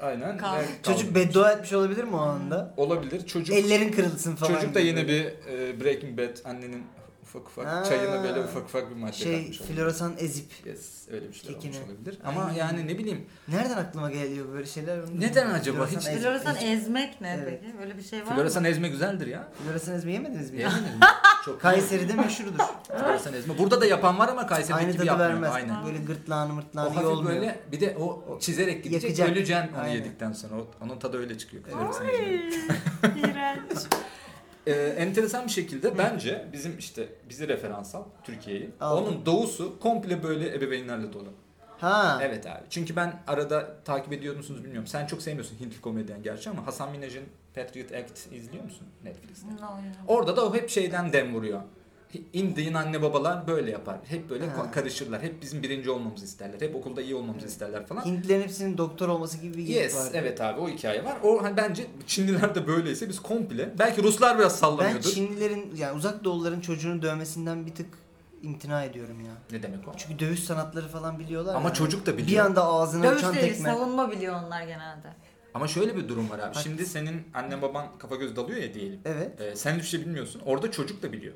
B: Aynen.
C: Kaldı.
B: Evet, kaldı.
A: Çocuk beddua etmiş olabilir mi o anda?
B: olabilir. Çocuk
A: Ellerin kırılsın falan.
B: çocuk da
A: gibi
B: yine
A: böyle.
B: bir e, Breaking Bad annenin ufak ufak
A: Ha.
B: çayına böyle ufak ufak bir madde
A: şey
B: katmış olabilir.
A: floresan ezip.
B: Yes, öyle bir şeyler olmuş
A: Kekine.
B: olabilir. Ama
A: Ay.
B: yani ne bileyim
A: Nereden aklıma geliyor böyle şeyler? Onu
B: Neden
A: bilmiyorum.
B: acaba?
A: Floresan
B: Hiç-
A: ezip.
C: Floresan
A: Hiç-
C: ezmek ne
A: Evet.
C: peki? Böyle bir şey var mı?
B: floresan ezme güzeldir ya.
A: Floresan ezme yemediniz mi? ya?
B: Yemedin mi? Çok
A: Kayseri'de meşhurdur.
B: floresan ezme. Burada da yapan var ama Kayseri'deki
A: Aynı
B: gibi
A: tadı
B: yapmıyor.
A: vermez.
B: Aynen.
A: Böyle gırtlağını
B: O
A: mırtlağını iyi
B: hafif
A: olmuyor.
B: böyle bir de o o çizerek gidecek
A: Yakacak.
B: öleceksin onu
A: Aynen.
B: yedikten sonra. O, onun tadı öyle çıkıyor. Floresan
C: Ay,
B: ezme.
C: iğrenç.
B: Ee, enteresan bir şekilde bence bizim işte bizi referans al Türkiye'yi.
A: Aldım.
B: Onun doğusu komple böyle ebeveynlerle dolu.
A: Ha.
B: Evet abi. Çünkü ben arada takip ediyor musunuz bilmiyorum. Sen çok sevmiyorsun Hintli komedyen gerçi ama Hasan Minaj'ın Patriot Act izliyor musun Netflix'te?
C: No, no.
B: Orada da o hep şeyden dem vuruyor. İndiğin anne babalar böyle yapar. Hep böyle
A: Ha.
B: karışırlar. Hep bizim birinci olmamızı isterler. Hep okulda iyi olmamızı isterler falan.
A: Hintlilerin hepsinin doktor olması gibi bir geyik
B: Yes,
A: var.
B: evet abi o hikaye var. O hani bence Çinliler de böyleyse biz komple. Belki Ruslar biraz
A: Ben
B: sallamıyordur.
A: Çinlilerin yani uzak doğuların çocuğunu dövmesinden bir tık imtina ediyorum ya.
B: Ne demek o?
A: Çünkü dövüş sanatları falan biliyorlar.
B: Ama
A: ya.
B: çocuk da biliyor.
A: Bir anda ağzına
C: Dövüş
A: uçan
C: değil,
A: tekme.
C: savunma biliyor onlar genelde.
B: Ama şöyle bir durum var abi.
A: Haklısın.
B: Şimdi senin annen baban kafa göz dalıyor ya diyelim.
A: Evet.
B: Ee, sen hiçbir şey bilmiyorsun. Orada çocuk da biliyor.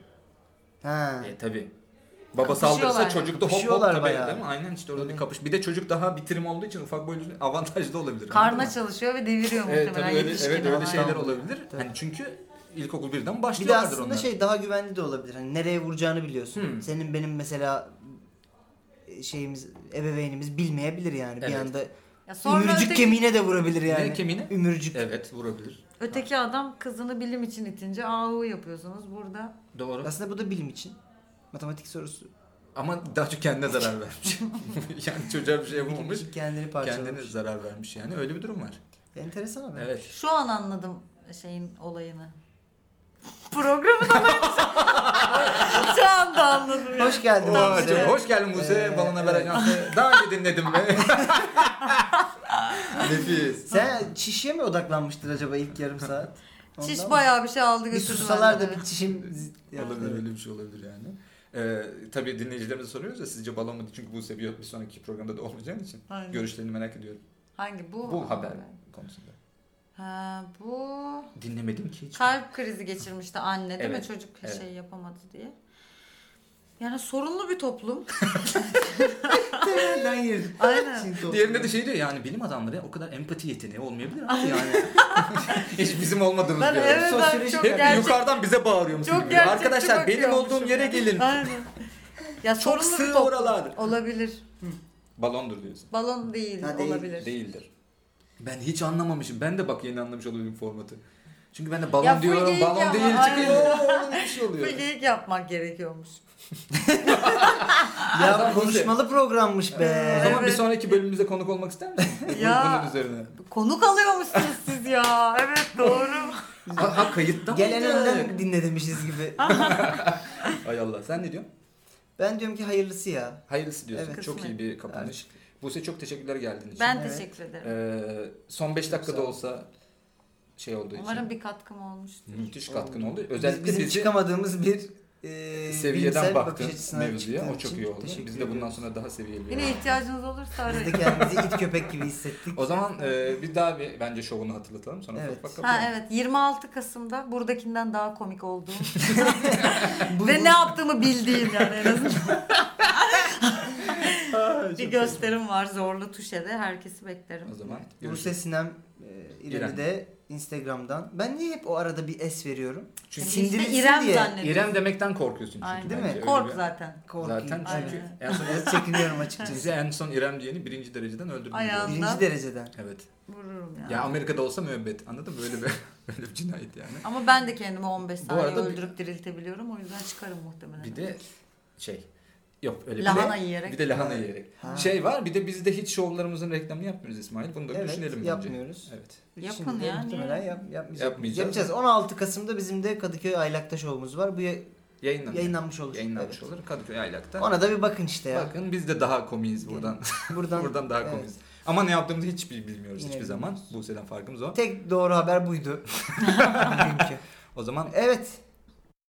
A: Ha.
B: E tabi. Baba
C: Kapışıyorlar.
B: saldırırsa çocuk da hop hop
A: Kapışıyorlar
B: tabii
A: bayağı.
B: değil mi? Aynen işte orada bir kapış. Bir de çocuk daha bitirim olduğu için ufak boylu avantajlı olabilir.
C: Karma
B: Anladın mı?
C: çalışıyor ve deviriyor
B: Evet
C: muhtemelen.
B: tabii öyle,
C: yetişkin
B: evet, öyle
C: olarak.
B: şeyler olabilir.
A: Tabii.
B: Hani çünkü ilkokul birden
A: Bir de
B: başlıyorlardır
A: aslında
B: onlar.
A: şey daha güvenli de olabilir. Hani nereye vuracağını biliyorsun.
B: Hmm.
A: Senin benim mesela e, şeyimiz ebeveynimiz bilmeyebilir yani. Bir
B: Evet.
A: anda
C: Ya sonra
A: ümürcük
C: öteki,
A: kemiğine de vurabilir yani.
B: Ne kemiğine?
A: Ümürcük.
B: Evet vurabilir.
C: öteki adam kızını bilim için itince ahu yapıyorsunuz burada.
B: Doğru.
A: Aslında bu da bilim için. Matematik sorusu.
B: Ama daha çok kendine zarar vermiş. yani çocuğa bir şey yapamamış.
A: Kişi kendini parçalamış.
B: Kendine zarar vermiş yani öyle bir durum var.
A: Enteresan ama.
B: Evet.
C: Şu an anladım şeyin olayını. Programın olayını. anladım. şey. ya.
A: Hoş geldin.
B: Oo,
A: Buse.
B: acaba, hoş geldin Buse.
A: Ee,
B: Balon Haber Ajansı. Daha önce dinledim be. Nefis.
A: Sen çişe mi odaklanmıştır acaba ilk yarım saat? Ondan
C: Çiş
A: mı?
C: bayağı bir şey aldı
A: Bir
C: götürdü.
A: sussalar
C: benden,
A: da bir
C: evet.
A: çişim...
B: Olabilir öyle bir şey olabilir yani. Ee, tabii dinleyicilerimize soruyoruz ya sizce balon mu? Çünkü Buse bir, bir sonraki programda da olmayacağın için.
C: Aynen.
B: Görüşlerini merak ediyorum.
C: Hangi bu?
B: Bu haber konusunda.
C: Ha, bu
B: Dinlemedim ki hiç.
C: kalp krizi geçirmişti anne değil mi
B: Evet,
C: çocuk
B: evet.
C: şey yapamadı diye. Yani sorunlu bir toplum.
A: Temelinden yerim.
C: Aynen.
A: Çinko.
B: Diğerinde de şey diyor yani bilim adamları o kadar empati yeteneği olmayabilir abi yani. Hiç bizim olmadığımız
C: Ben
B: diyor.
C: evet ben
A: Sosyolojik
C: çok
B: Hep
C: gerçek.
B: yukarıdan bize bağırıyormuş
C: çok
B: gibi.
C: gerçekçi
B: Arkadaşlar benim
C: bakıyormuşum
B: olduğum yere
C: ben.
B: gelin.
C: Aynen. Ya
B: Çok
C: sorunlu
B: sığ
C: bir toplum.
B: oralar.
C: Olabilir.
B: Balondur diyorsun.
C: Balon değil,
A: Ha, değil,
C: olabilir.
B: Değildir. Ben hiç anlamamışım. Ben de bak yeni anlamış olabilirim formatı. Çünkü ben de
C: Ya
B: balon
C: full
B: diyorum,
C: geyik
B: balon
C: ama,
B: değil çıkıyor. Bir şey
C: Bu
B: oluyor.
C: geyik yapmak gerekiyormuş.
A: Ya konuşmalı programmış
B: Ee, O
A: be.
B: zaman bir
C: Evet.
B: sonraki bölümümüze konuk olmak ister misin?
C: Ya.
B: Bunun üzerine.
C: Konuk alıyormuşsunuz siz ya. Evet doğru.
B: Ha, ha kayıtta
A: Gelen
B: mıydı?
A: önden dinle demişiz gibi.
B: Ay Allah. Sen ne diyorsun?
A: Ben diyorum ki hayırlısı ya.
B: Hayırlısı diyorsun.
A: Evet.
B: Çok iyi
C: Kısmet.
B: bir kapanış. Buse çok teşekkürler geldiğin için.
C: Ben
A: Evet.
C: teşekkür ederim.
B: Ee, son 5 dakikada olsa şey olduğu için.
C: Umarım bir katkım olmuştur.
B: Müthiş katkın
A: Oldu.
B: oldu.
A: Özellikle
B: Özellikle
A: bizim
B: bizi
A: çıkamadığımız bir e,
B: seviyeden
A: bilimsel
B: baktın
A: bakış açısına
B: mevzuya.
A: çıktığın
B: O çok
A: için
B: iyi oldu.
A: teşekkür
B: Biz de bundan
A: ediyoruz.
B: sonra daha seviyeli
C: Yine
B: olalım.
C: ihtiyacınız olursa
A: Biz de
C: arayın.
A: kendimizi it köpek gibi hissettik.
B: O zaman e, bir daha bir bence şovunu hatırlatalım. Sonra
A: Evet.
B: ufak ufak
C: Ha
B: kapatalım.
C: evet 26 Kasım'da buradakinden daha komik olduğum
A: Bu-
C: ve ne yaptığımı bildiğim yani en azından bir gösterim var zorlu tuşede herkesi
B: O
C: beklerim.
B: zaman
A: Bu
B: görüşürüz.
A: sesinem e, İrem'i
B: İrem.
A: de Instagram'dan. Ben niye hep o arada bir S veriyorum?
B: Çünkü
A: Sin- sindirilsin
C: işte İrem
A: diye.
C: zannediyor.
B: İrem demekten korkuyorsun çünkü.
C: Aynen.
A: Değil mi?
B: bence. Öyle
C: Kork
B: bir-
C: zaten.
A: Korkayım.
B: Zaten çünkü
C: Aynen.
B: en son,
A: Biraz çekiniyorum açıkçası.
B: bizi en son İrem diyeni birinci dereceden öldürdü.
C: Ayağım.
A: Birinci dereceden.
B: Evet.
C: Vururum yani.
B: Ya Amerika'da olsa müebbet. Anladın mı? Böyle bir, böyle bir cinayet yani.
C: Ama ben de kendimi 15
B: Bu
C: saniye
B: arada bir-
C: öldürüp diriltebiliyorum o yüzden çıkarım muhtemelen.
B: Bir de şey. Yok öyle bir
C: Lahana
B: de-
C: yiyerek.
B: Bir de lahana yiyerek.
A: Ha.
B: Şey var bir de biz de hiç şovlarımızın reklamını yapmıyoruz İsmail. Bunu da
A: Evet,
B: düşünelim bence.
A: yapmıyoruz.
B: Evet.
C: Yapın
A: Şimdi de
C: ya,
A: Muhtemelen
C: niye?
A: yap, yapmayacak.
B: Yapmayacağız.
A: Yapacağız. 16 Kasım'da bizim de Kadıköy Aylak'ta şovumuz var. Bu ya-
B: Yayınlanmış.
A: yayınlanmış olur.
B: Yayınlanmış
A: Evet.
B: olur. Kadıköy Aylak'ta.
A: Ona da bir bakın işte ya.
B: Bakın biz de daha komiyiz
A: Gelin.
B: buradan.
A: Buradan,
B: buradan, daha
A: evet.
B: komiyiz. Ama ne yaptığımızı hiç bil- bilmiyoruz
A: Yine
B: hiçbir
A: bilmiyoruz.
B: zaman. Buse'den farkımız o.
A: Tek doğru haber buydu. Bugünkü.
B: O zaman
A: evet.